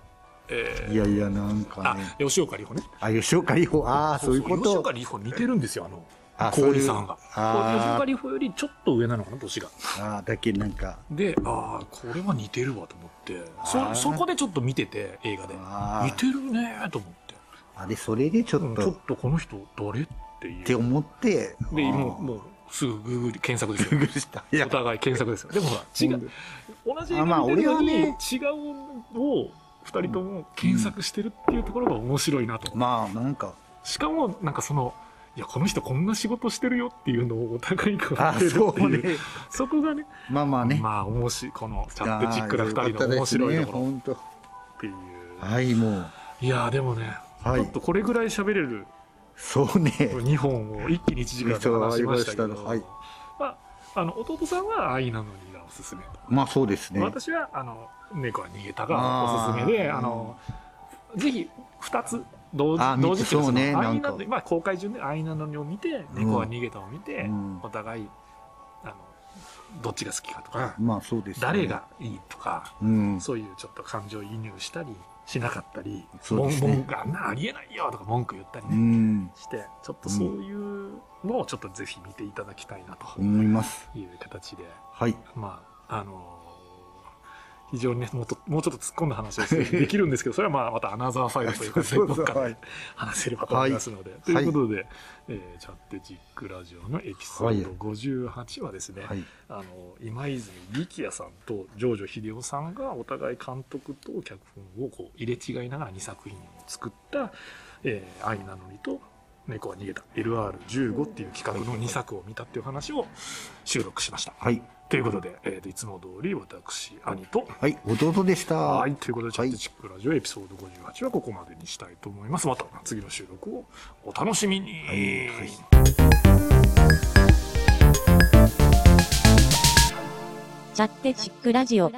Speaker 6: えー
Speaker 7: いやいやなんか
Speaker 6: あ
Speaker 7: ね、
Speaker 6: 吉岡里帆ね。
Speaker 7: あ吉岡里帆ああそういうこ
Speaker 6: 吉
Speaker 7: と
Speaker 6: 岡里帆似てるんですよ、あの、
Speaker 7: あそうい
Speaker 6: 氷
Speaker 7: う
Speaker 6: さんが。吉岡
Speaker 7: あー
Speaker 6: 里帆よりちょっと上なのかな、年が。
Speaker 7: あーだけなんか
Speaker 6: で、ああ、これは似てるわと思って、
Speaker 7: あ
Speaker 6: そ、
Speaker 7: ー
Speaker 6: そこでちょっと見てて、映画で。
Speaker 7: あー
Speaker 6: 似てるねーと思って。
Speaker 7: あれそれでちょ
Speaker 6: う
Speaker 7: っ
Speaker 6: んちょ
Speaker 7: と
Speaker 6: っとこの人、誰っていう。
Speaker 7: って思って
Speaker 6: で
Speaker 7: あー
Speaker 6: もうもうすぐグーグル検索です
Speaker 7: グ
Speaker 6: よ
Speaker 7: グしたいや
Speaker 6: お互い検索ですよでもほら違う同じ映
Speaker 7: あま
Speaker 6: 画
Speaker 7: あ
Speaker 6: 見てるのに、
Speaker 7: 俺はね
Speaker 6: 違うを2人とも検索してるっていうところが面白いなと、
Speaker 7: まあなんか
Speaker 6: しかもなんかそのいやこの人こんな仕事してるよっていうのをお互いが
Speaker 7: あ
Speaker 6: 分けるっ
Speaker 7: ー
Speaker 6: ていう
Speaker 7: そうね
Speaker 6: そこがね
Speaker 7: まあまあね
Speaker 6: まあ面白いこのチャ
Speaker 7: あ
Speaker 6: ットチックな2人の面白いところ
Speaker 7: 本当
Speaker 6: っていう、
Speaker 7: はいもう
Speaker 6: いやーでもね、
Speaker 7: はい
Speaker 6: ちょっとこれぐらい喋れる
Speaker 7: そうね
Speaker 6: 2本を一気に1時間で話しましたけど、
Speaker 7: そうはい
Speaker 6: まあ、あの弟さんは愛なのにがおすすめと、
Speaker 7: まあそうですね
Speaker 6: 私はあの猫は逃げたがおすすめで
Speaker 7: あー
Speaker 6: あのぜひ2つ同時
Speaker 7: あー
Speaker 6: 同時っていか
Speaker 7: そうね
Speaker 6: その愛な
Speaker 7: な
Speaker 6: んの
Speaker 7: か
Speaker 6: にまあ、公開順で愛なのにを見て猫は逃げたを見て、
Speaker 7: うん
Speaker 6: お互いあのどっちが好きかとか、
Speaker 7: あまあそうですね
Speaker 6: 誰がいいとか
Speaker 7: うん
Speaker 6: そういうちょっと感情移入したりしなかったり、
Speaker 7: そう
Speaker 6: 文
Speaker 7: ですね
Speaker 6: 文句あんなありえないよとか文句言ったりね、
Speaker 7: うん
Speaker 6: してちょっとそういうのをちょっとぜひ見ていただきたいなと
Speaker 7: 思います
Speaker 6: いう形で、
Speaker 7: はい
Speaker 6: まああのー非常にねもうともうちょっと突っ込んだ話をするできるんですけどそれはまあまたアナザーサイドというか
Speaker 7: <laughs> そうそうそ
Speaker 6: ど
Speaker 7: う
Speaker 6: っかで
Speaker 7: はい
Speaker 6: 話せればと思いますので、ということで、えーチャットジックラジオのエピソード58はですね、
Speaker 7: はい
Speaker 6: あの今泉力也さんと城女秀夫さんがお互い監督と脚本をこう入れ違いながら2作品を作った「えー愛なのに」と「猫は逃げた LR15」っていう企画の2作を見たっていう話を収録しました。
Speaker 7: はい
Speaker 6: ということで、えーといつも通り私兄と。
Speaker 7: はい弟でした
Speaker 6: はい、ということで、チャッ
Speaker 7: は
Speaker 6: ト
Speaker 7: い
Speaker 6: チックラジオエピソード58はここまでにしたいと思います。また次の収録をお楽しみに。
Speaker 7: はい
Speaker 5: チャッテチックラジオ。